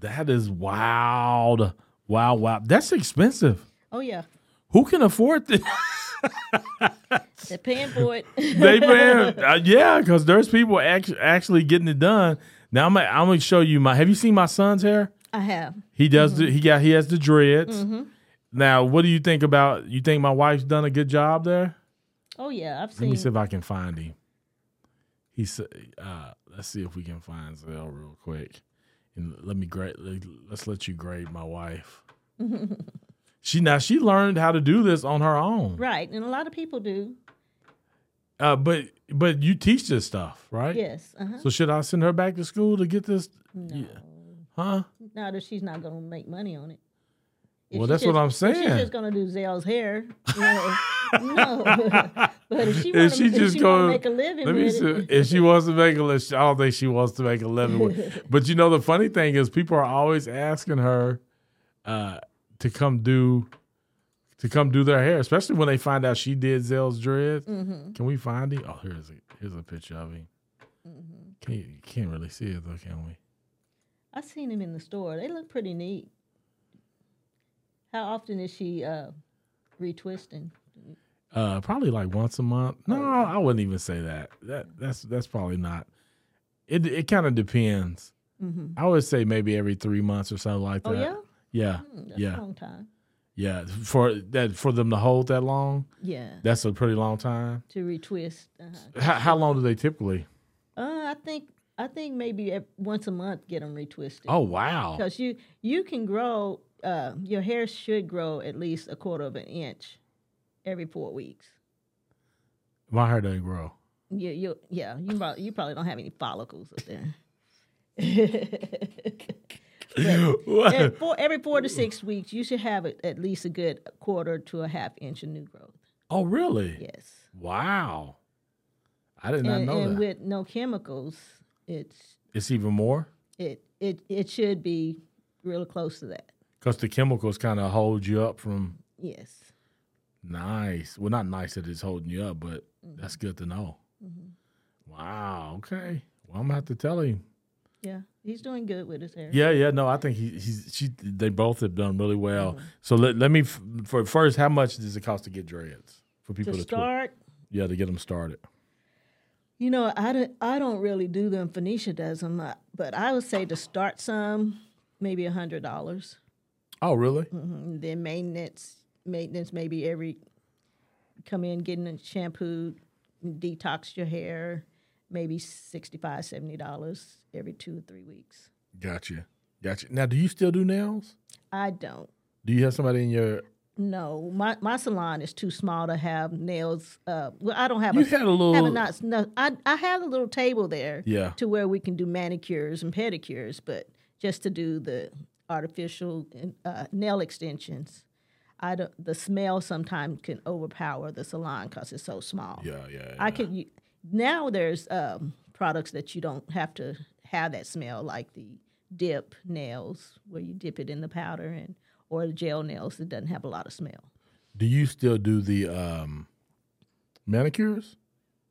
[SPEAKER 1] That is wild, wow, wow. That's expensive.
[SPEAKER 2] oh yeah
[SPEAKER 1] Who can afford this?
[SPEAKER 2] they're paying for it
[SPEAKER 1] they man, uh, yeah, because there's people act- actually getting it done. Now I'm, gonna- I'm gonna show you my. Have you seen my son's hair?
[SPEAKER 2] i have
[SPEAKER 1] He does. The, he got. He has the dreads. Now, what do you think about? You think my wife's done a good job there?
[SPEAKER 2] oh yeah i've
[SPEAKER 1] Let
[SPEAKER 2] seen
[SPEAKER 1] me see if I can find him. He said, uh, "Let's see if we can find Zell real quick, and let me grade. Let's let you grade my wife. she now she learned how to do this on her own,
[SPEAKER 2] right and a lot of people do
[SPEAKER 1] uh, but but you teach this stuff, right?
[SPEAKER 2] yes uh-huh
[SPEAKER 1] So should I send her back to school to get this?
[SPEAKER 2] no
[SPEAKER 1] Yeah. Huh?
[SPEAKER 2] not if she's not going to make money on it If
[SPEAKER 1] Well,
[SPEAKER 2] she's
[SPEAKER 1] that's what
[SPEAKER 2] just-
[SPEAKER 1] I'm
[SPEAKER 2] if
[SPEAKER 1] saying.
[SPEAKER 2] she's just going to do zell's hair no, no. but if she,
[SPEAKER 1] If
[SPEAKER 2] wanna,
[SPEAKER 1] she
[SPEAKER 2] if
[SPEAKER 1] just
[SPEAKER 2] she wanna
[SPEAKER 1] go-
[SPEAKER 2] make a living
[SPEAKER 1] Let me
[SPEAKER 2] with
[SPEAKER 1] see.
[SPEAKER 2] it
[SPEAKER 1] If she wants to make a list, I don't think she wants to make a living. With, but you know, the funny thing is, people are always asking her uh, to come do to come do their hair, especially when they find out she did Zell's dreads.
[SPEAKER 2] mm-hmm,
[SPEAKER 1] Can we find him? Oh, here's a here's a picture of him. Can you, you can't really see it though, can we?
[SPEAKER 2] mm-hmm. I seen him in the store. They look pretty neat. How often is she uh, retwisting?
[SPEAKER 1] Uh, probably like once a month. No, I wouldn't even say that. That that's that's probably not. It it kind of depends.
[SPEAKER 2] Mm-hmm.
[SPEAKER 1] I would say maybe every three months or something like that.
[SPEAKER 2] Oh yeah,
[SPEAKER 1] Yeah.
[SPEAKER 2] Hmm, that's
[SPEAKER 1] Uh, yeah.
[SPEAKER 2] a long time.
[SPEAKER 1] Yeah, for that for them to hold that long,
[SPEAKER 2] Yeah,
[SPEAKER 1] that's a pretty long time.
[SPEAKER 2] to retwist. Uh-huh.
[SPEAKER 1] How, how long do they typically?
[SPEAKER 2] Uh, I think I think maybe ev- once a month get them retwisted.
[SPEAKER 1] Oh wow,
[SPEAKER 2] because you you can grow. Uh, your hair should grow at least a quarter of an inch every four weeks.
[SPEAKER 1] my hair doesn't grow.
[SPEAKER 2] Yeah, you yeah you probably, you probably don't have any follicles up there.
[SPEAKER 1] What?
[SPEAKER 2] At four, every four to six weeks, you should have at- at least a good quarter to a half inch of new growth.
[SPEAKER 1] oh really?
[SPEAKER 2] Yes,
[SPEAKER 1] Wow, I did not
[SPEAKER 2] and,
[SPEAKER 1] know
[SPEAKER 2] and
[SPEAKER 1] that.
[SPEAKER 2] with no chemicals, it's
[SPEAKER 1] it's even more
[SPEAKER 2] it it it should be real close to that.
[SPEAKER 1] because the chemicals kind of hold you up from
[SPEAKER 2] Yes,
[SPEAKER 1] nice. Well, not nice that it's holding you up, but that's
[SPEAKER 2] Mm-hmm.
[SPEAKER 1] good to know.
[SPEAKER 2] Mhm.
[SPEAKER 1] Wow. Okay. Well, I'm gonna have to tell him.
[SPEAKER 2] yeah, he's doing good with his hair.
[SPEAKER 1] Yeah, yeah, no, I think he, he's she. They both have done really well.
[SPEAKER 2] Mm-hmm.
[SPEAKER 1] So let, let me f- for first, how much does it cost to get dreads for people
[SPEAKER 2] to
[SPEAKER 1] to, twist?
[SPEAKER 2] start,
[SPEAKER 1] Yeah, to get them started.
[SPEAKER 2] you know, I don't I don't really do them. Phoenicia does them, uh, but I would say to start some, maybe a hundred dollars.
[SPEAKER 1] Oh, really?
[SPEAKER 2] hmm Then maintenance, maintenance maybe every come in getting a shampoo, detox your hair, maybe 65 dollars every two or three weeks.
[SPEAKER 1] Gotcha, gotcha. Now, do you still do nails?
[SPEAKER 2] I don't
[SPEAKER 1] Do you have somebody in your?
[SPEAKER 2] know. My my salon is too small to have nails. Uh, well, I don't have
[SPEAKER 1] You
[SPEAKER 2] a
[SPEAKER 1] had a
[SPEAKER 2] have
[SPEAKER 1] little.
[SPEAKER 2] a not, no, I I have a little table there
[SPEAKER 1] yeah,
[SPEAKER 2] to where we can do manicures and pedicures, but just to do the artificial uh, nail extensions, I don't, the smell sometimes can overpower the salon because it's so small.
[SPEAKER 1] yeah, yeah. yeah.
[SPEAKER 2] I could u- now there's um, products that you don't have to have that smell, like the dip nails where you dip it in the powder and or the gel nails that doesn't have a lot of smell.
[SPEAKER 1] do you still do the um manicures?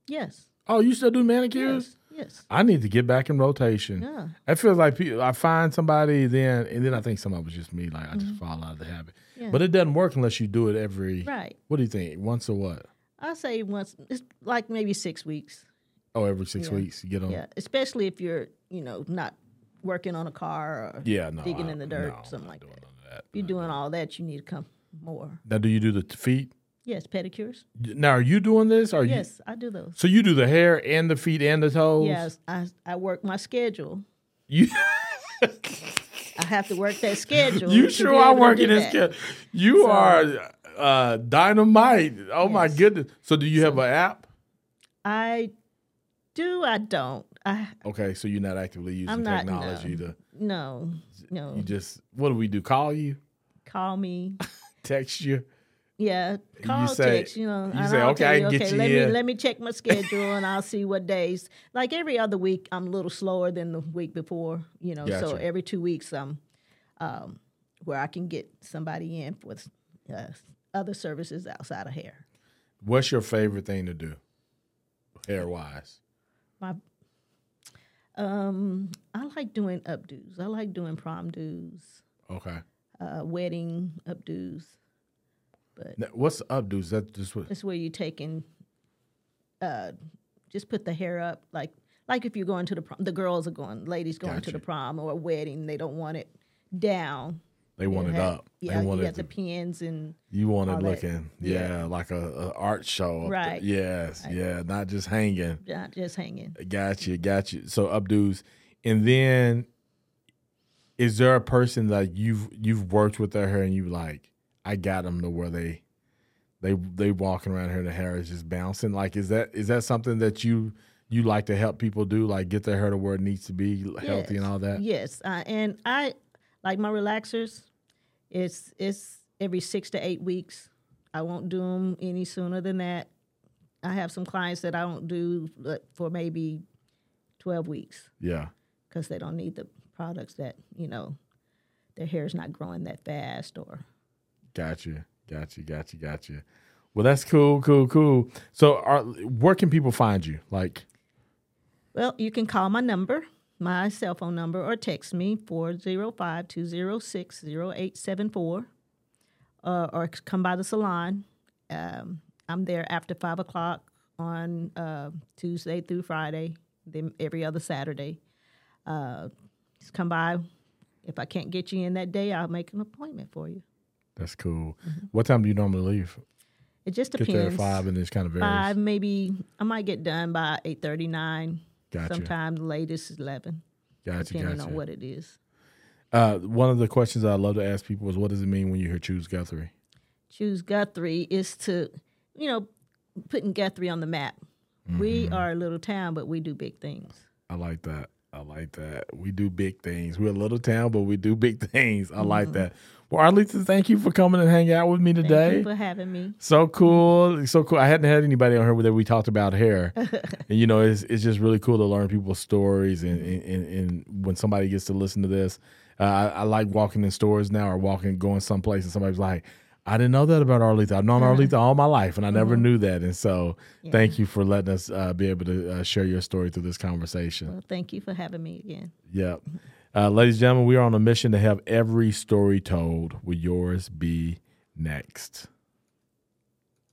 [SPEAKER 2] Yes,
[SPEAKER 1] Oh, you still do manicures?
[SPEAKER 2] yes, yes.
[SPEAKER 1] I need to get back in rotation.
[SPEAKER 2] Yeah.
[SPEAKER 1] I feel like people, I find somebody, then and then I think somebody was just me. Like I just fall out of the habit.
[SPEAKER 2] Mm-hmm. Yeah.
[SPEAKER 1] But it doesn't work unless you do it every.
[SPEAKER 2] Right.
[SPEAKER 1] What do you think? Once or what?
[SPEAKER 2] I say once, it's like maybe six weeks.
[SPEAKER 1] Oh, every six
[SPEAKER 2] Yeah.
[SPEAKER 1] weeks you get on.
[SPEAKER 2] Yeah, especially if you're, you know, not working on a car or
[SPEAKER 1] Yeah, no.
[SPEAKER 2] digging
[SPEAKER 1] I-
[SPEAKER 2] in the dirt,
[SPEAKER 1] no, I'm
[SPEAKER 2] something
[SPEAKER 1] not
[SPEAKER 2] like
[SPEAKER 1] doing
[SPEAKER 2] that.
[SPEAKER 1] none of that.
[SPEAKER 2] If you're doing all that, you need to come more.
[SPEAKER 1] Now, do you do the t- feet?
[SPEAKER 2] Yes, pedicures.
[SPEAKER 1] Now, are you doing this? Are you?
[SPEAKER 2] Yes, I do those.
[SPEAKER 1] So you do the hair and the feet and the toes?
[SPEAKER 2] Yes, I, I work my schedule.
[SPEAKER 1] You,
[SPEAKER 2] I have to work that schedule.
[SPEAKER 1] you
[SPEAKER 2] to
[SPEAKER 1] sure
[SPEAKER 2] be able
[SPEAKER 1] are
[SPEAKER 2] to
[SPEAKER 1] working
[SPEAKER 2] do
[SPEAKER 1] this.
[SPEAKER 2] that.
[SPEAKER 1] kid. You
[SPEAKER 2] So-
[SPEAKER 1] are uh, dynamite. Oh my
[SPEAKER 2] Yes.
[SPEAKER 1] goodness. So do you have an app?
[SPEAKER 2] I do. I don't. I
[SPEAKER 1] Okay, so you're not actively using
[SPEAKER 2] I'm not, no.
[SPEAKER 1] technology to
[SPEAKER 2] no no.
[SPEAKER 1] you just what do we do? Call you,
[SPEAKER 2] call me.
[SPEAKER 1] text you.
[SPEAKER 2] Yeah, call
[SPEAKER 1] say-
[SPEAKER 2] text. You know,
[SPEAKER 1] you
[SPEAKER 2] and
[SPEAKER 1] say,
[SPEAKER 2] I'll
[SPEAKER 1] "Okay,
[SPEAKER 2] tell
[SPEAKER 1] I
[SPEAKER 2] you,
[SPEAKER 1] can get
[SPEAKER 2] okay,
[SPEAKER 1] you
[SPEAKER 2] let
[SPEAKER 1] in."
[SPEAKER 2] me let me check my schedule and I'll see what days. Like every other week, I'm a little slower than the week before. You know, so
[SPEAKER 1] Gotcha.
[SPEAKER 2] every two weeks, I'm um, where I can get somebody in with uh, other services outside of hair.
[SPEAKER 1] What's your favorite thing to do, hair wise?
[SPEAKER 2] My um, I like doing updos. I like doing prom dues,
[SPEAKER 1] Okay,
[SPEAKER 2] uh, wedding updos.
[SPEAKER 1] Now, what's the updo? Is that just what?
[SPEAKER 2] That's where you take and uh, just put the hair up, like like if you're going to the prom, the girls are going, ladies going to
[SPEAKER 1] Gotcha.
[SPEAKER 2] the prom or a wedding, they don't want it down.
[SPEAKER 1] They want it
[SPEAKER 2] have-
[SPEAKER 1] up.
[SPEAKER 2] Yeah,
[SPEAKER 1] they
[SPEAKER 2] you
[SPEAKER 1] want
[SPEAKER 2] got
[SPEAKER 1] it.
[SPEAKER 2] the pins and
[SPEAKER 1] you want it
[SPEAKER 2] all that.
[SPEAKER 1] looking, yeah,
[SPEAKER 2] Yeah.
[SPEAKER 1] like a, a art show. up there.
[SPEAKER 2] Right.
[SPEAKER 1] Yes. Yeah. Not just hanging.
[SPEAKER 2] not uh, just hanging.
[SPEAKER 1] Got you, got you. So updos, and then is there a person that you've you've worked with their hair and you like I got them to where they they they walking around here and the hair is just bouncing? Like is that is that something that you you like to help people do? Like get their hair to where it needs to be healthy and
[SPEAKER 2] Yes.
[SPEAKER 1] all that.
[SPEAKER 2] Yes, uh, and I like my relaxers. It's it's every six to eight weeks. I won't do them any sooner than that. I have some clients that I don't do uh, for maybe twelve weeks.
[SPEAKER 1] Yeah,
[SPEAKER 2] because they don't need the products that you know their hair's not growing that fast or
[SPEAKER 1] got you, got you, got you, got you. Well, that's cool, cool, cool. So, are, where can people find you? Like,
[SPEAKER 2] well you can call my number my cell phone number or text me 405-206-0874 uh, or come by the salon um, i'm there after 5 o'clock on uh, tuesday through friday then every other saturday uh, just come by if i can't get you in that day i'll make an appointment for you
[SPEAKER 1] that's cool. What time do you normally leave?
[SPEAKER 2] it just
[SPEAKER 1] Get
[SPEAKER 2] Mm-hmm. depends
[SPEAKER 1] there at five, and it's kind of varies.
[SPEAKER 2] five, maybe I might get done by eight thirty nine.
[SPEAKER 1] Gotcha.
[SPEAKER 2] Sometime the latest is eleven,
[SPEAKER 1] Gotcha,
[SPEAKER 2] depending
[SPEAKER 1] gotcha.
[SPEAKER 2] on what it is.
[SPEAKER 1] Uh, one of the questions I love to ask people is, what does it mean when you hear "choose Guthrie"?
[SPEAKER 2] Choose Guthrie is to, you know, putting Guthrie on the map.
[SPEAKER 1] Mm-hmm.
[SPEAKER 2] We are a little town, but we do big things.
[SPEAKER 1] I like that. I like that. We do big things. We're a little town, but we do big things. I like that. Well, Arlita, thank you for coming and hanging out with me
[SPEAKER 2] Mm-hmm. Thank
[SPEAKER 1] today.
[SPEAKER 2] you for having me.
[SPEAKER 1] so cool, so cool. I hadn't had anybody on here that we talked about hair, and you know, it's it's just really cool to learn people's stories. And and, and, and when somebody gets to listen to this, uh, I, I like walking in stores now or walking going someplace, and somebody's like, "I didn't know that about Arlita. I've known Arlita all my life, and I never knew that." And so, thank you for letting us uh, be able to uh, share your story through this conversation.
[SPEAKER 2] Well, thank you for having me again.
[SPEAKER 1] Yep. Uh, ladies and gentlemen, we are on a mission to have every story told. Will yours be next?